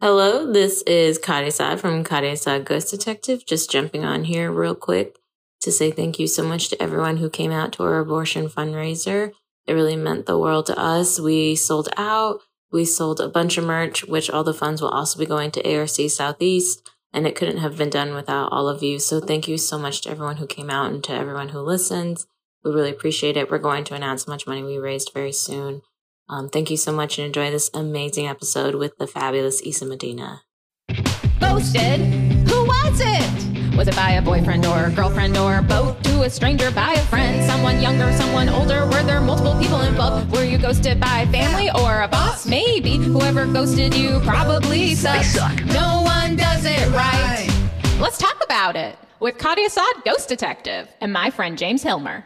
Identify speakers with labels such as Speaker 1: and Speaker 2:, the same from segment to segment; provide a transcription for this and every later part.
Speaker 1: Hello, this is Kadesa from Kadesa Ghost Detective. Just jumping on here real quick to say thank you so much to everyone who came out to our abortion fundraiser. It really meant the world to us. We sold out. We sold a bunch of merch, which all the funds will also be going to ARC Southeast, and it couldn't have been done without all of you. So thank you so much to everyone who came out and to everyone who listens. We really appreciate it. We're going to announce how much money we raised very soon. Um, thank you so much and enjoy this amazing episode with the fabulous Issa Medina.
Speaker 2: Ghosted? Who was it? Was it by a boyfriend or girlfriend or both to a stranger by a friend? Someone younger, someone older? Were there multiple people involved? Were you ghosted by family or a boss? Maybe. Whoever ghosted you probably sucks. No one does it right. Let's talk about it with Kadia Saad, Ghost Detective, and my friend James Hilmer.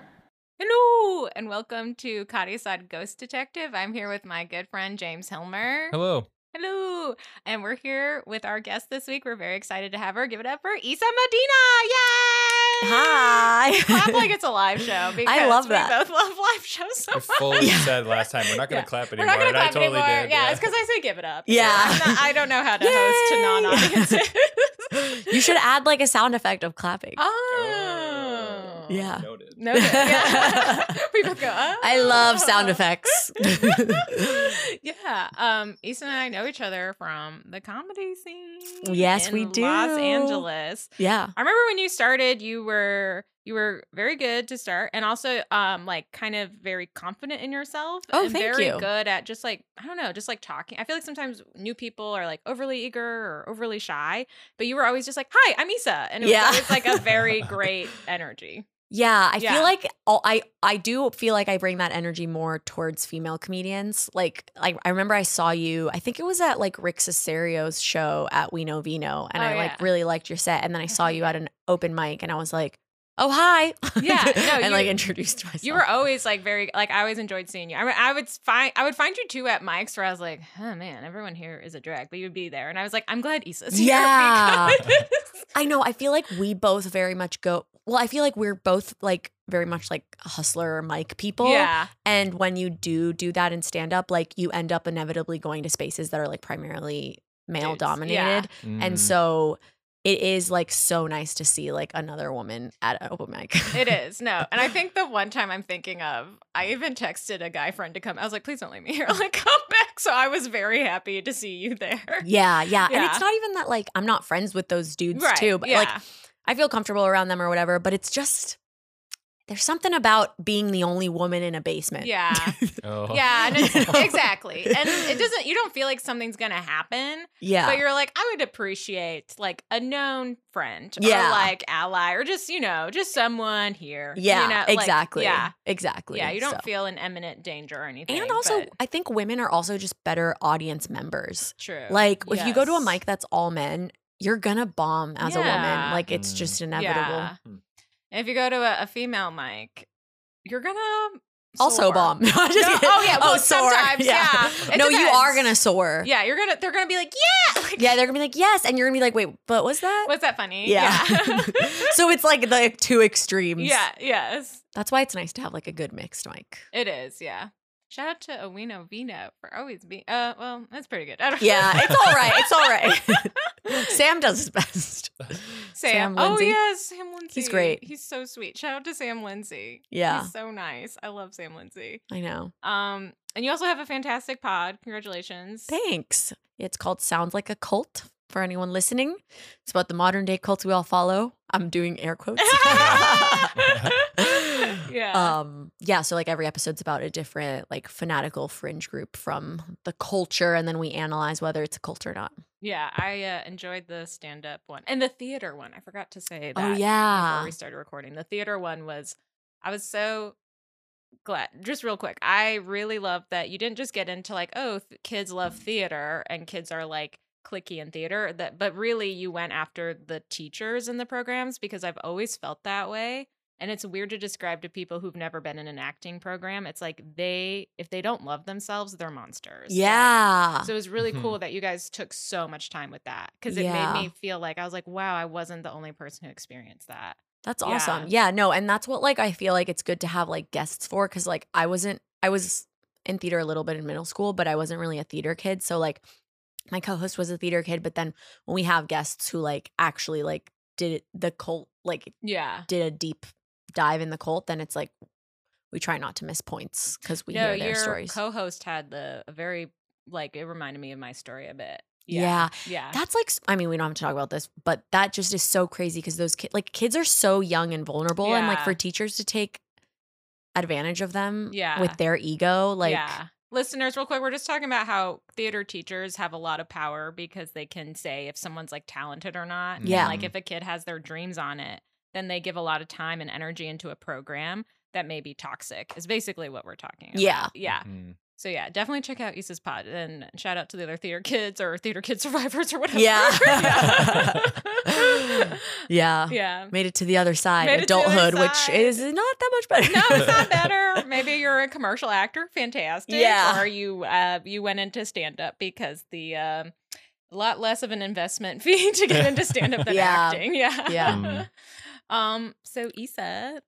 Speaker 2: Hello, and welcome to Kadia Saad, Ghost Detective. I'm here with my good friend James Hilmer.
Speaker 3: Hello.
Speaker 2: Hello. And we're here with our guest this week. We're very excited to have her. Give it up for Isa Medina. Yay!
Speaker 4: Hi.
Speaker 2: Clap like it's a live show because
Speaker 4: I love
Speaker 2: we
Speaker 4: that.
Speaker 2: both love live shows so
Speaker 3: I
Speaker 2: much.
Speaker 3: fully said last time we're not going
Speaker 2: Yeah.
Speaker 3: to clap
Speaker 2: We're
Speaker 3: anymore,
Speaker 2: not going to
Speaker 3: and
Speaker 2: clap
Speaker 3: I totally
Speaker 2: anymore.
Speaker 3: did.
Speaker 2: Yeah, it's because I say give it up.
Speaker 4: Yeah.
Speaker 2: I'm not- I don't know how to host to
Speaker 4: Yay.
Speaker 2: non-audiences.
Speaker 4: You should add like a sound effect of clapping.
Speaker 2: Oh.
Speaker 4: Yeah.
Speaker 3: Noted.
Speaker 2: No. Yeah. we both go. Oh.
Speaker 4: I love sound effects.
Speaker 2: yeah. Um, Issa and I know each other from the comedy scene.
Speaker 4: Yes,
Speaker 2: in
Speaker 4: we do.
Speaker 2: Los Angeles.
Speaker 4: yeah.
Speaker 2: I remember when you started, you were you were very good to start, and also um like kind of very confident in yourself.
Speaker 4: Oh,
Speaker 2: and
Speaker 4: thank
Speaker 2: very
Speaker 4: you.
Speaker 2: Good at just like I don't know, just like talking. I feel like sometimes new people are like overly eager or overly shy, but you were always just like, "Hi, I'm Issa," and it
Speaker 4: Yeah.
Speaker 2: was always like a very great energy.
Speaker 4: Yeah, I
Speaker 2: Yeah.
Speaker 4: feel like all, I I do feel like I bring that energy more towards female comedians. Like I, I remember I saw you. I think it was at like Rick Cesario's show at We Know Vino, and
Speaker 2: Oh,
Speaker 4: I like
Speaker 2: yeah.
Speaker 4: really liked your set. And then I saw you at an open mic, and I was like, "Oh hi!"
Speaker 2: Yeah, no,
Speaker 4: and
Speaker 2: you-
Speaker 4: like introduced myself.
Speaker 2: You were always like very like I always enjoyed seeing you. I, mean, I would find I would find you too at mics where I was like, oh man, everyone here is a drag, but you'd be there, and I was like, I'm glad Issa's here
Speaker 4: Yeah.
Speaker 2: because-
Speaker 4: I know. I feel like we both very much go. Well, I feel like we're both like very much like hustler or mic people.
Speaker 2: yeah.
Speaker 4: And when you do do that in stand up, like you end up inevitably going to spaces that are like primarily male
Speaker 2: Dudes,
Speaker 4: dominated.
Speaker 2: yeah.
Speaker 4: And
Speaker 3: Mm.
Speaker 4: so it is like so nice to see like another woman at an open mic.
Speaker 2: It is. No. And I think the one time I'm thinking of, I even texted a guy friend to come. I was like, please don't leave me here. Like, come back. So I was very happy to see you there.
Speaker 4: yeah, yeah, And
Speaker 2: Yeah.
Speaker 4: it's not even that like I'm not friends with those dudes
Speaker 2: Right,
Speaker 4: too, but
Speaker 2: yeah.
Speaker 4: like I feel comfortable around them or whatever, but it's just there's something about being the only woman in a basement.
Speaker 2: yeah.
Speaker 3: Oh.
Speaker 2: Yeah. And it's,
Speaker 4: You know?
Speaker 2: Exactly. And it doesn't, you don't feel like something's going to happen,
Speaker 4: Yeah.
Speaker 2: but you're like, I would appreciate like a known friend or
Speaker 4: Yeah.
Speaker 2: like ally or just, you know, just someone here. You
Speaker 4: Yeah,
Speaker 2: know, like,
Speaker 4: exactly.
Speaker 2: yeah.
Speaker 4: exactly.
Speaker 2: Yeah. You don't
Speaker 4: So-
Speaker 2: feel an imminent danger or anything.
Speaker 4: And also,
Speaker 2: but-
Speaker 4: I think women are also just better audience members.
Speaker 2: true.
Speaker 4: Like, if you go to a
Speaker 2: Oh, Yes.
Speaker 4: mic that's all men, you're gonna bomb as a
Speaker 2: Yeah.
Speaker 4: woman. Like, it's
Speaker 3: Mm.
Speaker 4: just inevitable.
Speaker 2: Yeah.
Speaker 3: Hmm.
Speaker 2: If you go to a, a female mic, you're gonna
Speaker 4: Also
Speaker 2: soar.
Speaker 4: bomb. No, I'm just
Speaker 2: No,
Speaker 4: kidding.
Speaker 2: oh yeah, well,
Speaker 4: soar.
Speaker 2: sometimes, yeah. It
Speaker 4: no, you are
Speaker 2: depends.
Speaker 4: gonna soar. Yeah.
Speaker 2: Yeah, you're gonna. They're gonna be like, yeah, like,
Speaker 4: they're gonna be like, yes, and you're gonna be like, wait, but was that?
Speaker 2: Was that funny?
Speaker 4: yeah.
Speaker 2: Yeah.
Speaker 4: so it's like the two extremes.
Speaker 2: Yeah, Yes,
Speaker 4: That's why it's nice to have like a good mixed mic.
Speaker 2: it is. Yeah. Shout out to Owino Vino for always being. Uh, well, that's pretty good. I don't
Speaker 4: Yeah, it's all right. It's all right. Sam does his best.
Speaker 2: Sam.
Speaker 4: Sam
Speaker 2: oh
Speaker 4: Lindsay.
Speaker 2: yeah, Sam Lindsay.
Speaker 4: great.
Speaker 2: He's so sweet. Shout out to Sam Lindsay.
Speaker 4: Yeah,
Speaker 2: He's so nice. I love Sam Lindsay.
Speaker 4: I know.
Speaker 2: Um, and you also have a fantastic pod. Congratulations.
Speaker 4: Thanks. It's called Sounds Like a Cult for anyone listening. It's about the modern day cults we all follow. I'm doing air quotes.
Speaker 2: yeah.
Speaker 4: um yeah, so like every episode's about a different like fanatical fringe group from the culture and then we analyze whether it's a cult or not.
Speaker 2: Yeah, I uh, enjoyed the stand up one and the theater one. I forgot to say that.
Speaker 4: oh yeah.
Speaker 2: Before we started recording, the theater one was, I was so glad. Just real quick, I really loved that you didn't just get into like, oh, th- kids love theater and kids are like clicky in theater. That, but really, you went after the teachers in the programs because I've always felt that way. And it's weird to describe to people who've never been in an acting program. It's like they, if they don't love themselves, they're monsters. Like,
Speaker 4: Yeah. Mm-hmm.
Speaker 2: so it was really
Speaker 3: Mhm.
Speaker 2: cool that you guys took so much time with that because it
Speaker 4: Yeah.
Speaker 2: made me feel like I was like, wow, I wasn't the only person who experienced that.
Speaker 4: That's
Speaker 2: Yeah.
Speaker 4: awesome. Yeah, no, and that's what like I feel like it's good to have like guests for cuz like I wasn't I was in theater a little bit in middle school, but I wasn't really a theater kid, so like my co-host was a theater kid, but then when we have guests who like actually like did the cult like
Speaker 2: Yeah.
Speaker 4: did a deep dive in the cult, then it's like we try not to miss points because we
Speaker 2: no,
Speaker 4: hear their
Speaker 2: your
Speaker 4: stories.
Speaker 2: co-host had the a very like it reminded me of my story a bit.
Speaker 4: Yeah.
Speaker 2: Yeah.
Speaker 4: That's like s- I mean we don't have to talk about this, but that just is so crazy because those kids like kids are so young and vulnerable, and like
Speaker 2: Yeah.
Speaker 4: for teachers to take advantage of them
Speaker 2: Yeah.
Speaker 4: with their ego, like
Speaker 2: yeah. Listeners, real quick, we're just talking about how theater teachers have a lot of power because they can say if someone's like talented or not. And,
Speaker 4: Yeah.
Speaker 2: like if a kid has their dreams on it, then they give a lot of time and energy into a program that may be toxic, is basically what we're talking about.
Speaker 4: Yeah.
Speaker 2: Yeah.
Speaker 3: Mm.
Speaker 2: So yeah, definitely check out Issa's pod and shout out to the other theater kids or theater kid survivors or whatever.
Speaker 4: Yeah.
Speaker 2: yeah.
Speaker 4: yeah.
Speaker 2: Yeah.
Speaker 4: Made it to the other side,
Speaker 2: Made it to the other
Speaker 4: adulthood,
Speaker 2: side.
Speaker 4: which is not that much better.
Speaker 2: No, it's not better. Maybe you're a commercial actor, fantastic.
Speaker 4: Yeah.
Speaker 2: Or you uh, you went into stand up because the um, a lot less of an investment fee to get into stand up than
Speaker 4: Yeah.
Speaker 2: acting. Yeah.
Speaker 4: Yeah.
Speaker 3: Mhm.
Speaker 2: Um. So Issa,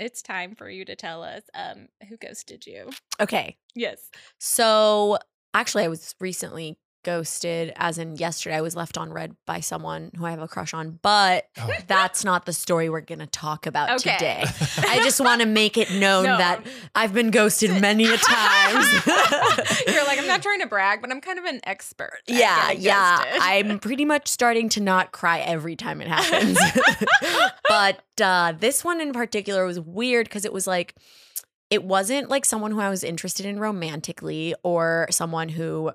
Speaker 2: it's time for you to tell us um who ghosted you.
Speaker 4: okay.
Speaker 2: Yes.
Speaker 4: So actually, I was recently ghosted, as in yesterday, I was left on red by someone who I have a crush on, but
Speaker 3: Oh.
Speaker 4: that's not the story we're going to talk about
Speaker 2: Okay.
Speaker 4: today. I just want to make it known
Speaker 2: No.
Speaker 4: Oh,
Speaker 2: um,
Speaker 4: that I've been ghosted many a times.
Speaker 2: You're like I'm not trying to brag, but I'm kind of an expert. at
Speaker 4: Yeah,
Speaker 2: getting
Speaker 4: yeah.
Speaker 2: ghosted.
Speaker 4: I'm pretty much starting to not cry every time it happens. but uh, this one in particular was weird because it was like, it wasn't like someone who I was interested in romantically or someone who,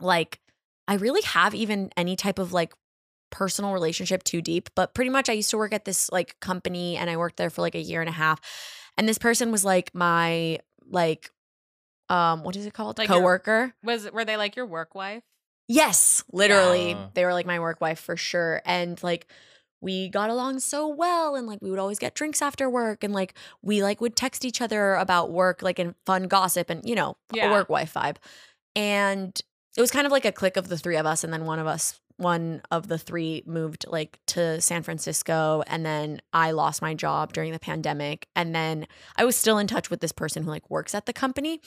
Speaker 4: like, I really have even any type of like personal relationship too deep. But pretty much, I used to work at this like company and I worked there for like a year and a half. And this person was like my, like, um, what is it called?
Speaker 2: Like your-
Speaker 4: Coworker.
Speaker 2: Was were they like your work wife?
Speaker 4: Yes, literally.
Speaker 3: Yeah.
Speaker 4: They were like my work wife for sure. And like we got along so well and like we would always get drinks after work and like we like would text each other about work like and fun gossip and you know,
Speaker 2: Yeah.
Speaker 4: a work wife vibe. And it was kind of like a click of the three of us and then one of us one of the three moved like to San Francisco and then I lost my job during the pandemic and then I was still in touch with this person who like works at the company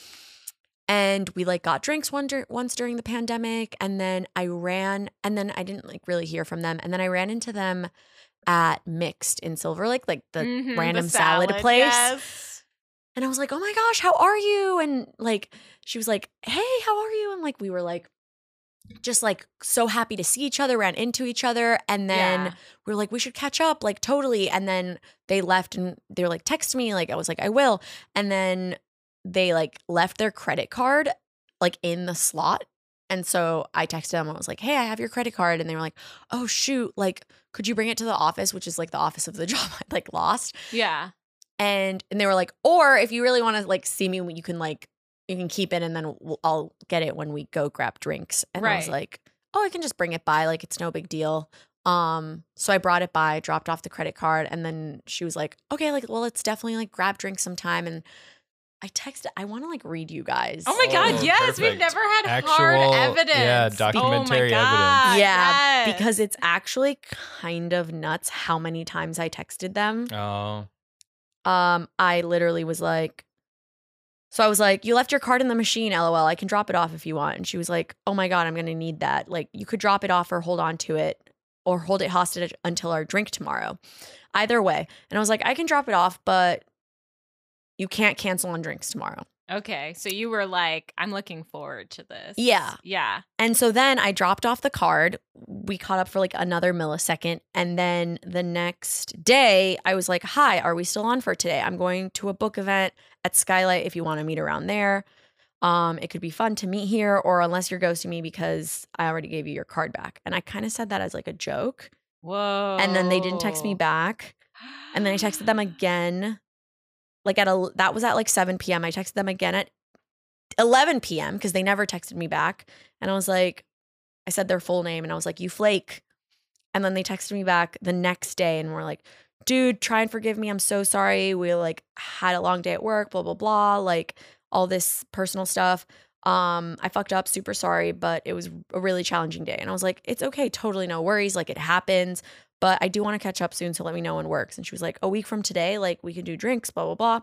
Speaker 4: and we like got drinks one dur- once during the pandemic and then I ran and then I didn't like really hear from them and then I ran into them at Mixed in Silver Lake like the
Speaker 2: Mhm,
Speaker 4: random salad place.
Speaker 2: yes.
Speaker 4: and I was like, "Oh my gosh, how are you?" And like she was like, "Hey, how are you?" And like we were like just like so happy to see each other, ran into each other, and then
Speaker 2: Yeah.
Speaker 4: we were like, we should catch up, like totally. And then they left and they were like, text me. Like I was like, I will. And then they like left their credit card like in the slot. And so I texted them. I was like, hey, I have your credit card. And they were like, oh shoot, like could you bring it to the office, which is like the office of the job I like lost.
Speaker 2: yeah.
Speaker 4: And and they were like, or if you really want to like see me, you can like you can keep it, and then we'll, I'll get it when we go grab drinks. And I was
Speaker 2: Right.
Speaker 4: like, oh, I can just bring it by, like it's no big deal. Um, so I brought it by, dropped off the credit card, and then she was like, okay, like well, let's definitely like grab drinks sometime. And I texted, I want to like read you guys.
Speaker 2: Oh my god,
Speaker 3: Oh,
Speaker 2: yes, we've
Speaker 3: perfect.
Speaker 2: never had
Speaker 3: Actual-
Speaker 2: hard
Speaker 3: yeah,
Speaker 2: evidence.
Speaker 3: documentary
Speaker 2: oh my God,
Speaker 3: evidence.
Speaker 4: yeah,
Speaker 2: yes.
Speaker 4: because it's actually kind of nuts how many times I texted them.
Speaker 3: Oh.
Speaker 4: um i literally was like so i was like you left your card in the machine lol i can drop it off if you want and she was like oh my god i'm gonna need that like you could drop it off or hold on to it or hold it hostage until our drink tomorrow either way and i was like i can drop it off but you can't cancel on drinks tomorrow
Speaker 2: Okay, so you were like, I'm looking forward to this.
Speaker 4: Yeah.
Speaker 2: Yeah.
Speaker 4: And so then I dropped off the card. We caught up for like another millisecond. And then the next day, I was like, Hi, are we still on for today? I'm going to a book event at Skylight if you want to meet around there. Um, it could be fun to meet here, or unless you're ghosting me because I already gave you your card back. And I kind of said that as like a joke.
Speaker 2: Whoa.
Speaker 4: And then they didn't text
Speaker 2: Oh.
Speaker 4: me back. And then I texted them again. Like at a that was at like 7 p.m. I texted them again at 11 p.m. because they never texted me back. And I was like, I said their full name and I was like, you flake. And then they texted me back the next day and were like, dude, try and forgive me. I'm so sorry. We like had a long day at work, blah, blah, blah. Like all this personal stuff. Um, I fucked up, super sorry, but it was a really challenging day. And I was like, it's okay, totally no worries. Like it happens but I do want to catch up soon. So let me know when works. And she was like, a week from today, like we can do drinks, blah, blah, blah.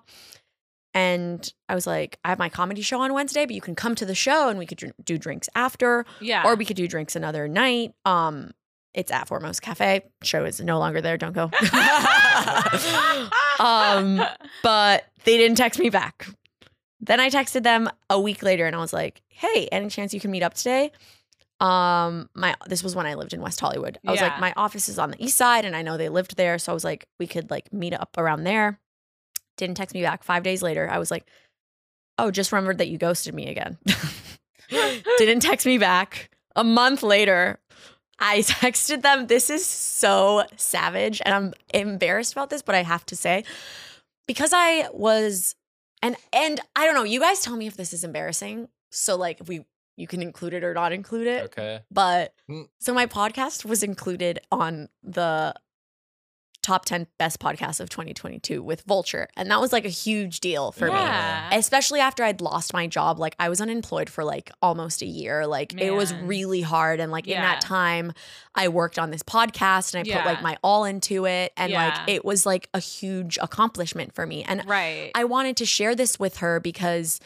Speaker 4: And I was like, I have my comedy show on Wednesday, but you can come to the show and we could dr- do drinks after,
Speaker 2: Yeah.
Speaker 4: or we could do drinks another night. Um, it's at Foremost Cafe. Show is no longer there. Don't go. Um, but they didn't text me back. Then I texted them a week later and I was like, "Hey, any chance you can meet up today?" Um, my this was when I lived in West Hollywood. I was
Speaker 2: Yeah.
Speaker 4: like, "My office is on the east side and I know they lived there, so I was like, we could like meet up around there." Didn't text me back. 5 days later, I was like, "Oh, just remembered that you ghosted me again." Didn't text me back. A month later, I texted them, this is so savage. And I'm embarrassed about this, but I have to say, because I was and and I don't know, you guys tell me if this is embarrassing. So like if we you can include it or not include it.
Speaker 3: Okay.
Speaker 4: But
Speaker 3: Hmm.
Speaker 4: so my podcast was included on the top 10 best podcasts of 2022 with Vulture. And that was like a huge deal for me
Speaker 2: yeah.
Speaker 4: especially after I'd lost my job. Like I was unemployed for like almost a year. Like it was
Speaker 2: Man.
Speaker 4: really hard. And like in
Speaker 2: Yeah.
Speaker 4: that time, I worked on this podcast and I put
Speaker 2: Yeah.
Speaker 4: like my all into it. And
Speaker 2: Yeah.
Speaker 4: like it was like a huge accomplishment for me. And
Speaker 2: Right.
Speaker 4: I wanted to share this with her because,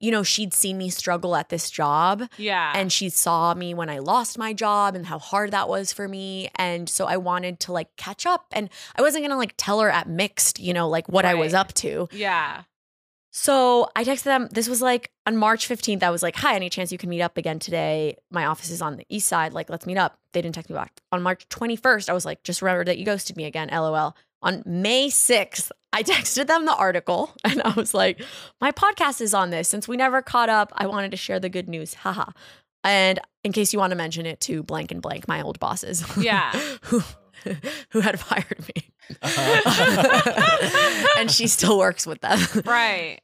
Speaker 4: you know, she'd seen me struggle at this job
Speaker 2: yeah.
Speaker 4: and she saw me when I lost my job and how hard that was for me. And so I wanted to like catch up. And I wasn't gonna like tell her at mixed, you know, like what I was
Speaker 2: Right.
Speaker 4: up to.
Speaker 2: yeah.
Speaker 4: So I texted them. This was like on March 15th. I was like, hi, any chance you can meet up again today? My office is on the east side. Like, let's meet up. They didn't text me back. On March 21st, I was like, just remember that you ghosted me again. LOL. On May 6th, I texted them the article and I was like, my podcast is on this. Since we never caught up, I wanted to share the good news. Haha. And in case you want to mention it to blank and blank, my old bosses.
Speaker 2: Yeah.
Speaker 4: who, who had fired me.
Speaker 3: Uh-huh.
Speaker 4: and she still works with them.
Speaker 2: Right.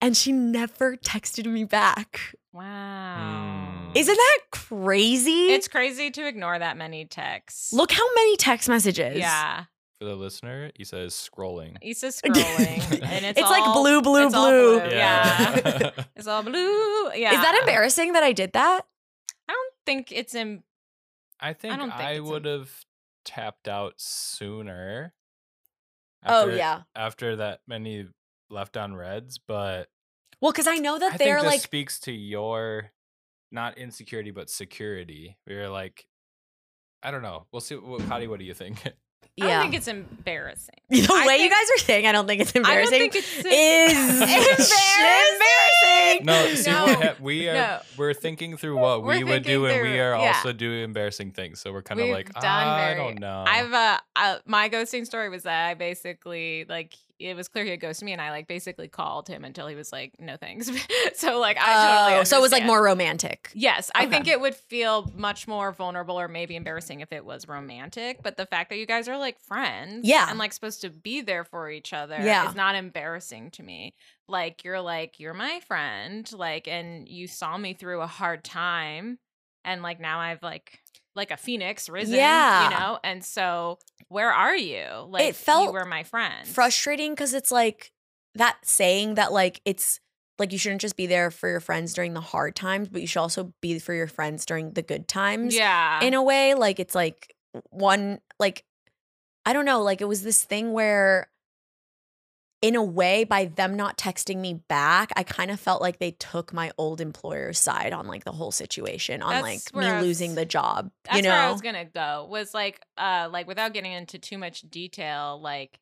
Speaker 4: and she never texted me back.
Speaker 2: Oh Wow.
Speaker 3: Hmm.
Speaker 4: Isn't that crazy?
Speaker 2: It's crazy to ignore that many texts.
Speaker 4: Look how many text messages.
Speaker 2: Yeah.
Speaker 3: For the listener, he says scrolling.
Speaker 2: Issa's scrolling. and it's
Speaker 4: It's, like
Speaker 2: all-
Speaker 4: blue, blue,
Speaker 2: it's all
Speaker 4: blue.
Speaker 2: blue. Oh, Yeah. It's all blue. Yeah.
Speaker 4: Is that embarrassing that I did that?
Speaker 2: I don't think it's in.
Speaker 3: I think I,
Speaker 2: don't think it's a-
Speaker 3: would have tapped out sooner.
Speaker 4: oh yeah.
Speaker 3: After that many left on reds, but
Speaker 4: Well, because I know that
Speaker 3: I think
Speaker 4: they're
Speaker 3: this
Speaker 4: like
Speaker 3: speaks to your not insecurity but security. We were like, I don't know. We'll see. What, Hottie, what do you think?
Speaker 2: I don't
Speaker 4: yeah.
Speaker 2: think it's embarrassing.
Speaker 4: the
Speaker 2: I
Speaker 4: way you
Speaker 2: think-
Speaker 4: guys are saying, I don't think it's
Speaker 2: I don't
Speaker 4: embarrassing.
Speaker 2: think
Speaker 4: is
Speaker 2: it's embarrassing.
Speaker 3: No, see
Speaker 2: No.
Speaker 3: what hap- we are,
Speaker 2: No.
Speaker 3: we're thinking through what
Speaker 2: We're
Speaker 3: we would do,
Speaker 2: thinking
Speaker 3: and we
Speaker 2: through-
Speaker 3: are
Speaker 2: yeah.
Speaker 3: also doing embarrassing things. So we're kind of
Speaker 2: We've
Speaker 3: like,
Speaker 2: done
Speaker 3: "Ah, I
Speaker 2: very-
Speaker 3: don't know.
Speaker 2: I've uh, uh my ghosting story was that I basically like it was clear he had ghosted me and I like basically called him until he was like no thanks. so like I totally
Speaker 4: Oh, so it was like
Speaker 2: understand.
Speaker 4: more romantic.
Speaker 2: Yes, I
Speaker 4: Okay.
Speaker 2: think it would feel much more vulnerable or maybe embarrassing if it was romantic, but the fact that you guys are like friends
Speaker 4: Yeah.
Speaker 2: and like supposed to be there for each other
Speaker 4: Yeah.
Speaker 2: is not embarrassing to me. Like you're like you're my friend, like and you saw me through a hard time and like now I've like like a phoenix risen,
Speaker 4: Yeah.
Speaker 2: you know? And so where are you? Like you
Speaker 4: felt
Speaker 2: were my friend.
Speaker 4: Frustrating because it's like that saying that like it's like you shouldn't just be there for your friends during the hard times, but you should also be for your friends during the good times.
Speaker 2: Yeah.
Speaker 4: in a way like it's like one like i don't know like it was this thing where in a way by them not texting me back i kind of felt like they took my old employer's side on like the whole situation on
Speaker 2: That's
Speaker 4: like me
Speaker 2: where I was-
Speaker 4: losing the job
Speaker 2: that's
Speaker 4: you know
Speaker 2: where I was gonna go. Was like, uh, like without getting into too much detail, like,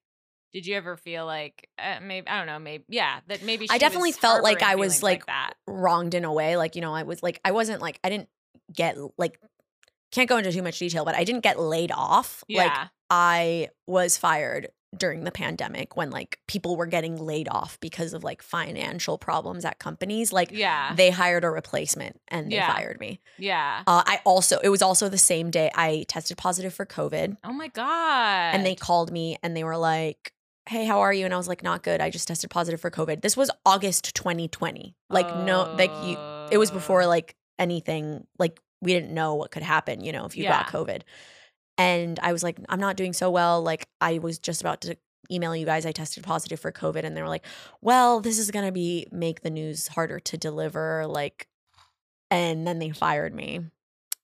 Speaker 2: did you ever feel like uh, maybe I don't know, maybe yeah, that maybe
Speaker 4: I
Speaker 2: she
Speaker 4: definitely
Speaker 2: was
Speaker 4: felt like
Speaker 2: harboring
Speaker 4: I was,
Speaker 2: feelings
Speaker 4: like,
Speaker 2: that.
Speaker 4: wronged in a way like you know i was like i wasn't like i didn't get like can't go into too much detail but i didn't get laid off like
Speaker 2: Yeah,
Speaker 4: I was fired during the pandemic when like people were getting laid off because of like financial problems at companies. Like
Speaker 2: yeah,
Speaker 4: they hired a replacement and they
Speaker 2: Yeah.
Speaker 4: fired me.
Speaker 2: yeah.
Speaker 4: Uh, I also, it was also the same day I tested positive for COVID
Speaker 2: Oh my god!
Speaker 4: and they called me and they were like, Hey, how are you? And I was like, Not good. I just tested positive for COVID. This was August 2020. Like, no, like you, it was
Speaker 2: Oh.
Speaker 4: before like anything like we didn't know what could happen you know if you got
Speaker 2: Yeah.
Speaker 4: covid and i was like i'm not doing so well like i was just about to email you guys i tested positive for covid and they were like well this is going to be make the news harder to deliver like and then they fired me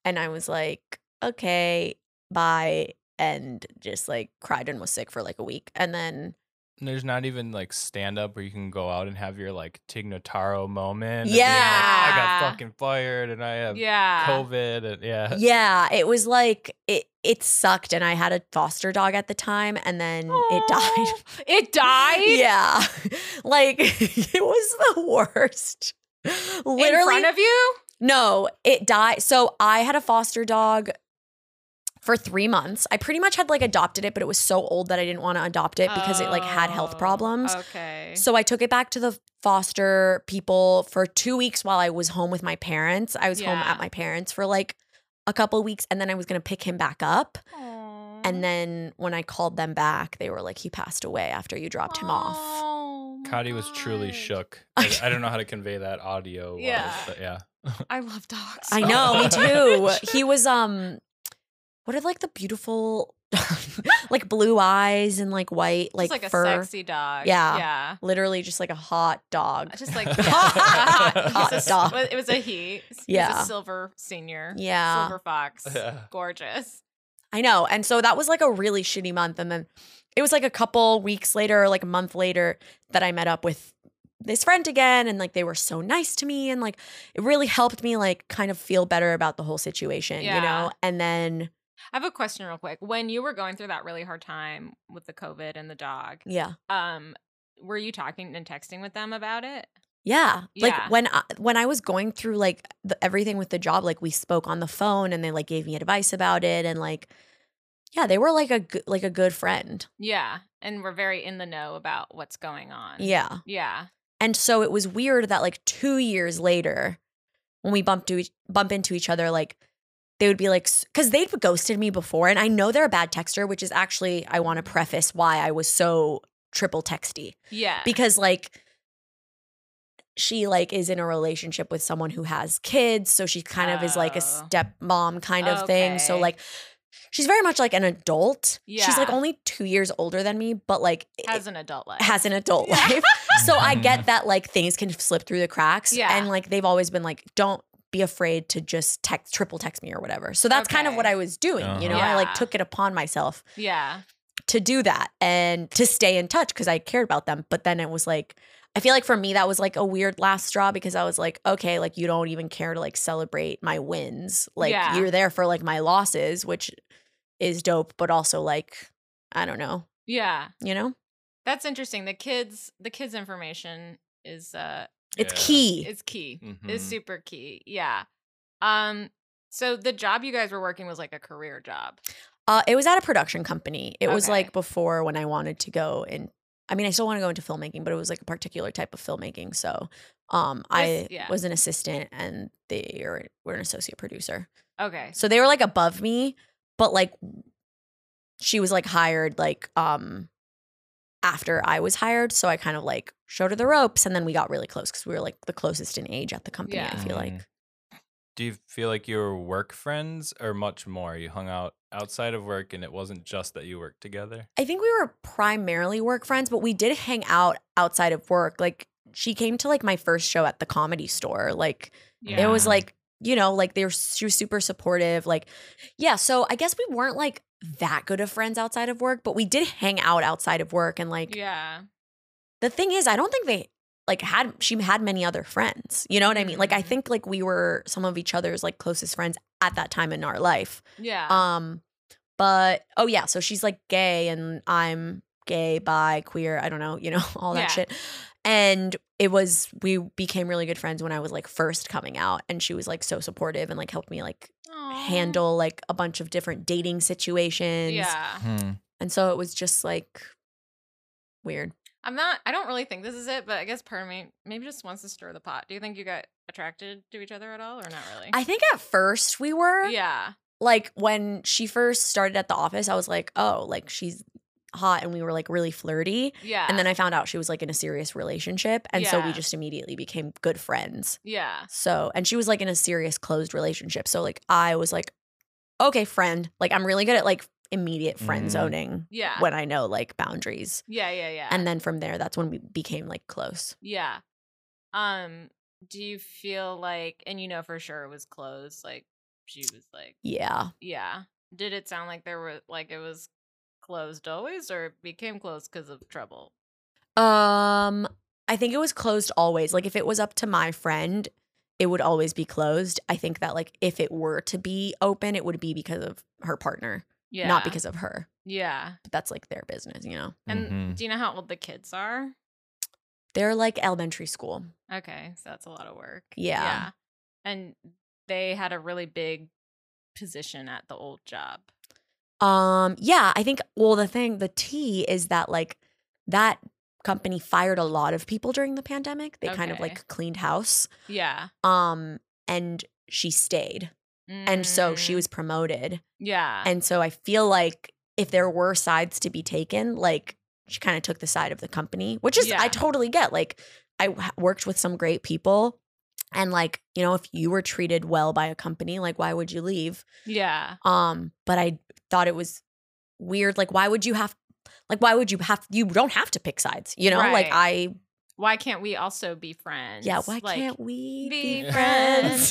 Speaker 4: and i was like okay bye and just like cried and was sick for like a week and then
Speaker 3: there's not even like stand up where you can go out and have your like Tignataro moment. and be like,
Speaker 4: Yeah.
Speaker 3: I
Speaker 2: Yeah.
Speaker 3: got fucking fired and I have
Speaker 2: yeah.
Speaker 3: COVID and yeah.
Speaker 4: Yeah, it was like it it sucked and I had a foster dog at the time and then it died.
Speaker 2: Oh, It died.
Speaker 4: Yeah. Like it was the worst. Literally
Speaker 2: In front of you.
Speaker 4: No, it died. So I had a foster dog for 3 months. I pretty much had like adopted it, but it was so old that I didn't want to adopt it because it like had health
Speaker 2: Oh,
Speaker 4: problems.
Speaker 2: Okay.
Speaker 4: So I took it back to the foster people for two weeks while I was home with my parents. I was home
Speaker 2: Yeah.
Speaker 4: at my parents for like a couple weeks and then I was gonna pick him back up.
Speaker 2: Aw.
Speaker 4: And then when I called them back, they were like, he passed away after you dropped him off.
Speaker 2: Oh my
Speaker 3: Cody was truly
Speaker 2: God.
Speaker 3: shook. I, I don't know how to convey that audio.
Speaker 2: Yeah.
Speaker 3: Wise, but yeah.
Speaker 2: I love dogs.
Speaker 4: I
Speaker 2: so
Speaker 4: know, me
Speaker 2: much.
Speaker 4: too. He was um what are like the beautiful like blue eyes and like white
Speaker 2: Just
Speaker 4: like,
Speaker 2: like
Speaker 4: fur.
Speaker 2: a sexy dog.
Speaker 4: Yeah.
Speaker 2: Yeah.
Speaker 4: Literally just like a hot dog.
Speaker 2: Just like
Speaker 3: Hot
Speaker 2: He's a s-
Speaker 4: dog.
Speaker 2: was- It was a he. He's
Speaker 4: Yeah.
Speaker 2: a silver senior.
Speaker 4: Yeah.
Speaker 2: Silver fox.
Speaker 3: Yeah.
Speaker 2: Gorgeous.
Speaker 4: I know. And so that was like a really shitty month. And then it was like a couple weeks later, or like a month later, that I met up with this friend again. And like they were so nice to me. And like it really helped me like kind of feel better about the whole situation, you
Speaker 2: Yeah.
Speaker 4: know? And then,
Speaker 2: I have a question real quick. When you were going through that really hard time with the COVID and the dog,
Speaker 4: yeah.
Speaker 2: um, were you talking and texting with them about it?
Speaker 4: Yeah. Like
Speaker 2: Yeah.
Speaker 4: when I, when I was going through like the, everything with the job, like we spoke on the phone and they like gave me advice about it and like yeah, they were like a g- like a good friend.
Speaker 2: Yeah. And we're very in the know about what's going on.
Speaker 4: Yeah.
Speaker 2: Yeah.
Speaker 4: And so it was weird that like two years later, when we bumped to each, bump into each other, like they would be like, because they'd ghosted me before, and I know they're a bad texter, which is actually I want to preface why I was so triple texty
Speaker 2: Yeah.
Speaker 4: because like she like is in a relationship with someone who has kids, so she kind of is like a
Speaker 2: Oh.
Speaker 4: stepmom kind of thing. So
Speaker 2: Okay.
Speaker 4: like. She's very much like an adult. She's like
Speaker 2: Yeah.
Speaker 4: only two years older than me, but like
Speaker 2: has an adult life.
Speaker 4: has an adult life. so I get that like things can slip through the cracks.
Speaker 2: Yeah.
Speaker 4: And like they've always been like, don't be afraid to just text triple text me or whatever. So that's kind of
Speaker 2: Okay.
Speaker 4: what I was doing. You know,
Speaker 3: Uh-huh.
Speaker 4: I
Speaker 2: Yeah.
Speaker 4: like took it upon myself
Speaker 2: yeah.
Speaker 4: to do that and to stay in touch because I cared about them. But then it was like I feel like for me that was like a weird last straw because I was like, okay, like you don't even care to like celebrate my wins. Like
Speaker 2: Yeah.
Speaker 4: you're there for like my losses, which is dope, but also like I don't know,
Speaker 2: Yeah.
Speaker 4: you know?
Speaker 2: That's interesting. The kids the kids information is uh
Speaker 4: It's key.
Speaker 2: is key.
Speaker 3: Mhm.
Speaker 2: Is super key. Yeah. Um so the job you guys were working was like a career job.
Speaker 4: Uh, it was at a production company. It was
Speaker 2: Okay.
Speaker 4: like before when I wanted to go in. I mean, I still want to go into filmmaking, but it was like a particular type of filmmaking. So, um, I
Speaker 2: This- yeah.
Speaker 4: was an assistant, and they are- were an associate producer.
Speaker 2: Okay.
Speaker 4: So they were like above me, but like she was like hired like um after I was hired. So I kind of like showed her the ropes, and then we got really close because we were like the closest in age at the company. I
Speaker 2: Yeah.
Speaker 4: feel
Speaker 3: Mm.
Speaker 4: like
Speaker 3: Do you feel like you were work friends or much more? You hung out outside of work and it wasn't just that you worked together?
Speaker 4: I think we were primarily work friends, but we did hang out outside of work. Like she came to like my first show at the comedy store. Like it was
Speaker 3: Yeah.
Speaker 4: like, you know, like they were she was super supportive. Like, yeah. So I guess we weren't like that good of friends outside of work, but we did hang out outside of work. And like
Speaker 2: Yeah.
Speaker 4: the thing is, I don't think they like had she had many other friends. You know what I mean? Like I
Speaker 2: Mhm.
Speaker 4: think like we were some of each other's like closest friends at that time in our life.
Speaker 2: Yeah.
Speaker 4: Um, but oh yeah, so she's like gay and I'm gay, bi, queer, I don't know, you know, all that
Speaker 2: Yeah.
Speaker 4: shit. And it was we became really good friends when I was like first coming out and she was like so supportive and like helped me like
Speaker 2: Aw.
Speaker 4: handle like a bunch of different dating situations.
Speaker 2: Yeah.
Speaker 4: And so it was just like weird.
Speaker 2: I'm not I don't really think this is it, but I guess part of me maybe just wants to stir the pot. Do you think you got attracted to each other at all or not really?
Speaker 4: I think at first we were
Speaker 2: yeah.
Speaker 4: like when she first started at the office, I was like, oh, like she's hot and we were like really flirty.
Speaker 2: Yeah.
Speaker 4: And then I found out she was like in a serious relationship. And so we
Speaker 2: Yeah.
Speaker 4: just immediately became good friends.
Speaker 2: Yeah.
Speaker 4: So, and she was like in a serious closed relationship. So, like, I was like, okay, friend. Like, I'm really good at like immediate friend
Speaker 3: Mhm.
Speaker 4: zoning
Speaker 2: Mm-hmm. Yeah.
Speaker 4: when I know like boundaries.
Speaker 2: yeah, yeah, yeah.
Speaker 4: And then from there, that's when we became like close.
Speaker 2: Yeah. Um, do you feel like and you know for sure it was closed, like she was like
Speaker 4: Yeah.
Speaker 2: yeah. Did it sound like there were like it was closed always or it became closed because of trouble?
Speaker 4: Um, I think it was closed always. Like if it was up to my friend, it would always be closed. I think that like if it were to be open, it would be because of her partner,
Speaker 2: Yeah.
Speaker 4: not because of her.
Speaker 2: Yeah.
Speaker 4: But that's like their business, you know.
Speaker 2: And
Speaker 3: Mhm.
Speaker 2: do you know how old the kids are?
Speaker 4: They're like elementary school.
Speaker 2: Okay, so that's a lot of work.
Speaker 4: Yeah.
Speaker 2: And they had a really big position at the old job.
Speaker 4: Um, yeah, I think well the thing, the T is that like that company fired a lot of people during the pandemic. They kind of
Speaker 2: Okay.
Speaker 4: like cleaned house.
Speaker 2: Yeah.
Speaker 4: Um, and she stayed. And so she
Speaker 2: Mm, Uh
Speaker 4: was promoted.
Speaker 2: Mm-hmm. Yeah.
Speaker 4: And so I feel like if there were sides to be taken, like she kind of took the side of the company, which is I
Speaker 2: Yeah.
Speaker 4: totally get. Like I w- worked with some great people and like, you know, if you were treated well by a company, like why would you leave?
Speaker 2: yeah.
Speaker 4: Um, but I thought it was weird like why would you have like why would you have you don't have to pick sides, you know? Like
Speaker 2: Right.
Speaker 4: I
Speaker 2: Why can't we also be friends?
Speaker 4: yeah, why
Speaker 2: Like,
Speaker 4: can't we
Speaker 2: be
Speaker 3: be
Speaker 2: friends?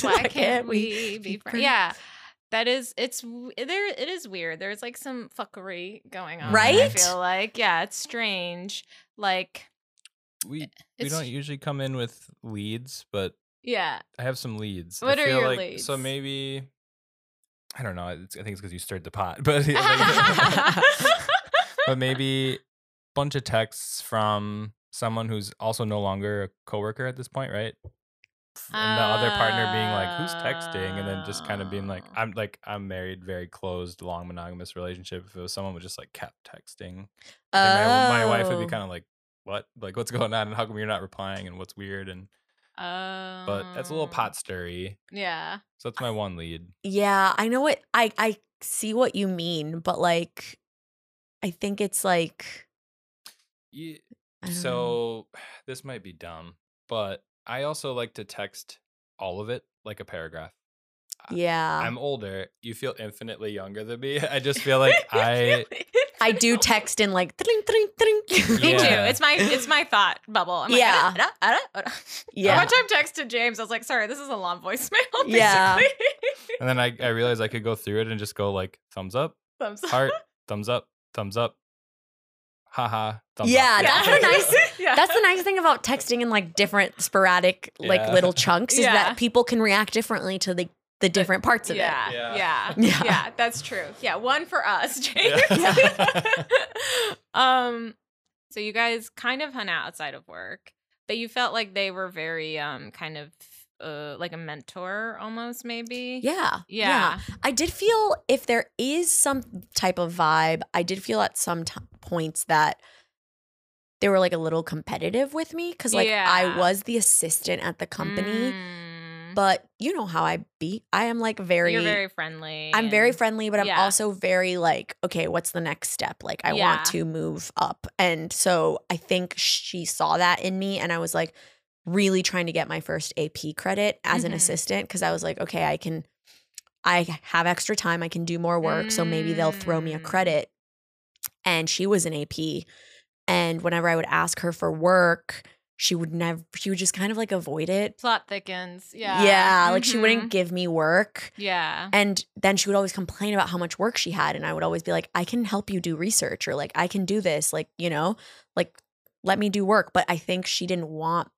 Speaker 3: friends?
Speaker 2: Why can't we be friends?
Speaker 4: friends?
Speaker 2: Yeah. That is it's w- eh, there it is weird. There's like some fuckery going on. I
Speaker 4: Right?
Speaker 2: feel like yeah, it's strange. Like
Speaker 3: We we
Speaker 2: Eh, it's
Speaker 3: don't usually come in with leads, but
Speaker 2: yeah.
Speaker 3: I have some leads. I
Speaker 2: What are
Speaker 3: feel
Speaker 2: your
Speaker 3: like, So
Speaker 2: leads?
Speaker 3: maybe I don't know. It's, I think it's because you stirred the pot, but but maybe bunch of texts from someone who's also no longer a coworker at this point, right? And the other partner being like, "Who's texting?" and then just kind of being like,
Speaker 2: Oh.
Speaker 3: "I'm like I'm married, very closed, long monogamous relationship." If it was someone who just like kept texting, then my, my wife would be
Speaker 4: Oh.
Speaker 3: kind of like, "What? Like what's going on? And how come you're not replying? And what's weird?" And
Speaker 2: Um,
Speaker 3: but that's a little pot stirry.
Speaker 2: Yeah.
Speaker 3: So that's my one lead.
Speaker 4: Yeah, I know what I I see what you mean, but like I think it's like
Speaker 3: Ye-
Speaker 4: I don't know.
Speaker 3: So this might be dumb, but I also like to text all of it like a paragraph.
Speaker 4: yeah.
Speaker 3: I'm older. You feel infinitely younger than me. I just feel like I
Speaker 4: I do text in like tring, tring, tring.
Speaker 2: Me too.
Speaker 3: Yeah.
Speaker 2: It's my it's my thought bubble. I'm like,
Speaker 4: Yeah.
Speaker 2: "Ada, ada, ada, ada."
Speaker 4: Yeah.
Speaker 2: One time texted James, I was like, sorry, this is a long voicemail. Basically.
Speaker 4: Yeah.
Speaker 3: and then I, I realized I could go through it and just go like thumbs up,
Speaker 2: Thumbs up.
Speaker 3: heart, thumbs up, thumbs up. Haha. Thumbs
Speaker 4: Yeah,
Speaker 3: up.
Speaker 4: that's a nice-
Speaker 2: Yeah.
Speaker 4: That's the nice thing about texting in like different sporadic like
Speaker 3: Yeah.
Speaker 4: little chunks is
Speaker 2: Yeah.
Speaker 4: that people can react differently to the the different parts of
Speaker 2: yeah,
Speaker 3: Yeah.
Speaker 2: Yeah.
Speaker 4: Yeah.
Speaker 2: Yeah. That's true. Yeah. One for us, James.
Speaker 3: Yeah.
Speaker 2: um, so you guys kind of hung out outside of work, but you felt like they were very um kind of uh like a mentor almost maybe.
Speaker 4: it. Yeah.
Speaker 2: Yeah.
Speaker 4: I did feel if there is some type of vibe, I did feel at some t- points that they were like a little competitive with me cuz like I
Speaker 2: Yeah.
Speaker 4: was the assistant at the company,
Speaker 2: Mm.
Speaker 4: but you know how I be. I am like very,
Speaker 2: You're very friendly.
Speaker 4: I'm very
Speaker 2: and-
Speaker 4: friendly, but I'm
Speaker 2: Yeah.
Speaker 4: also very like, okay, what's the next step? Like I
Speaker 2: Yeah.
Speaker 4: want to move up. And so I think she saw that in me and I was like really trying to get my first AP credit as an
Speaker 2: Mhm.
Speaker 4: assistant cuz I was like, okay, I can I have extra time, I can do more work, so maybe they'll throw me a
Speaker 2: Mm.
Speaker 4: credit. And she was an AP and whenever I would ask her for work, she would never she would just kind of like avoid it.
Speaker 2: Plot thickens. Yeah.
Speaker 4: yeah like she wouldn't
Speaker 2: Mhm.
Speaker 4: give me work.
Speaker 2: Yeah.
Speaker 4: And then she would always complain about how much work she had. And I would always be like, I can help you do research or like, I can do this. Like, you know, like, let me do work. But I think she didn't want,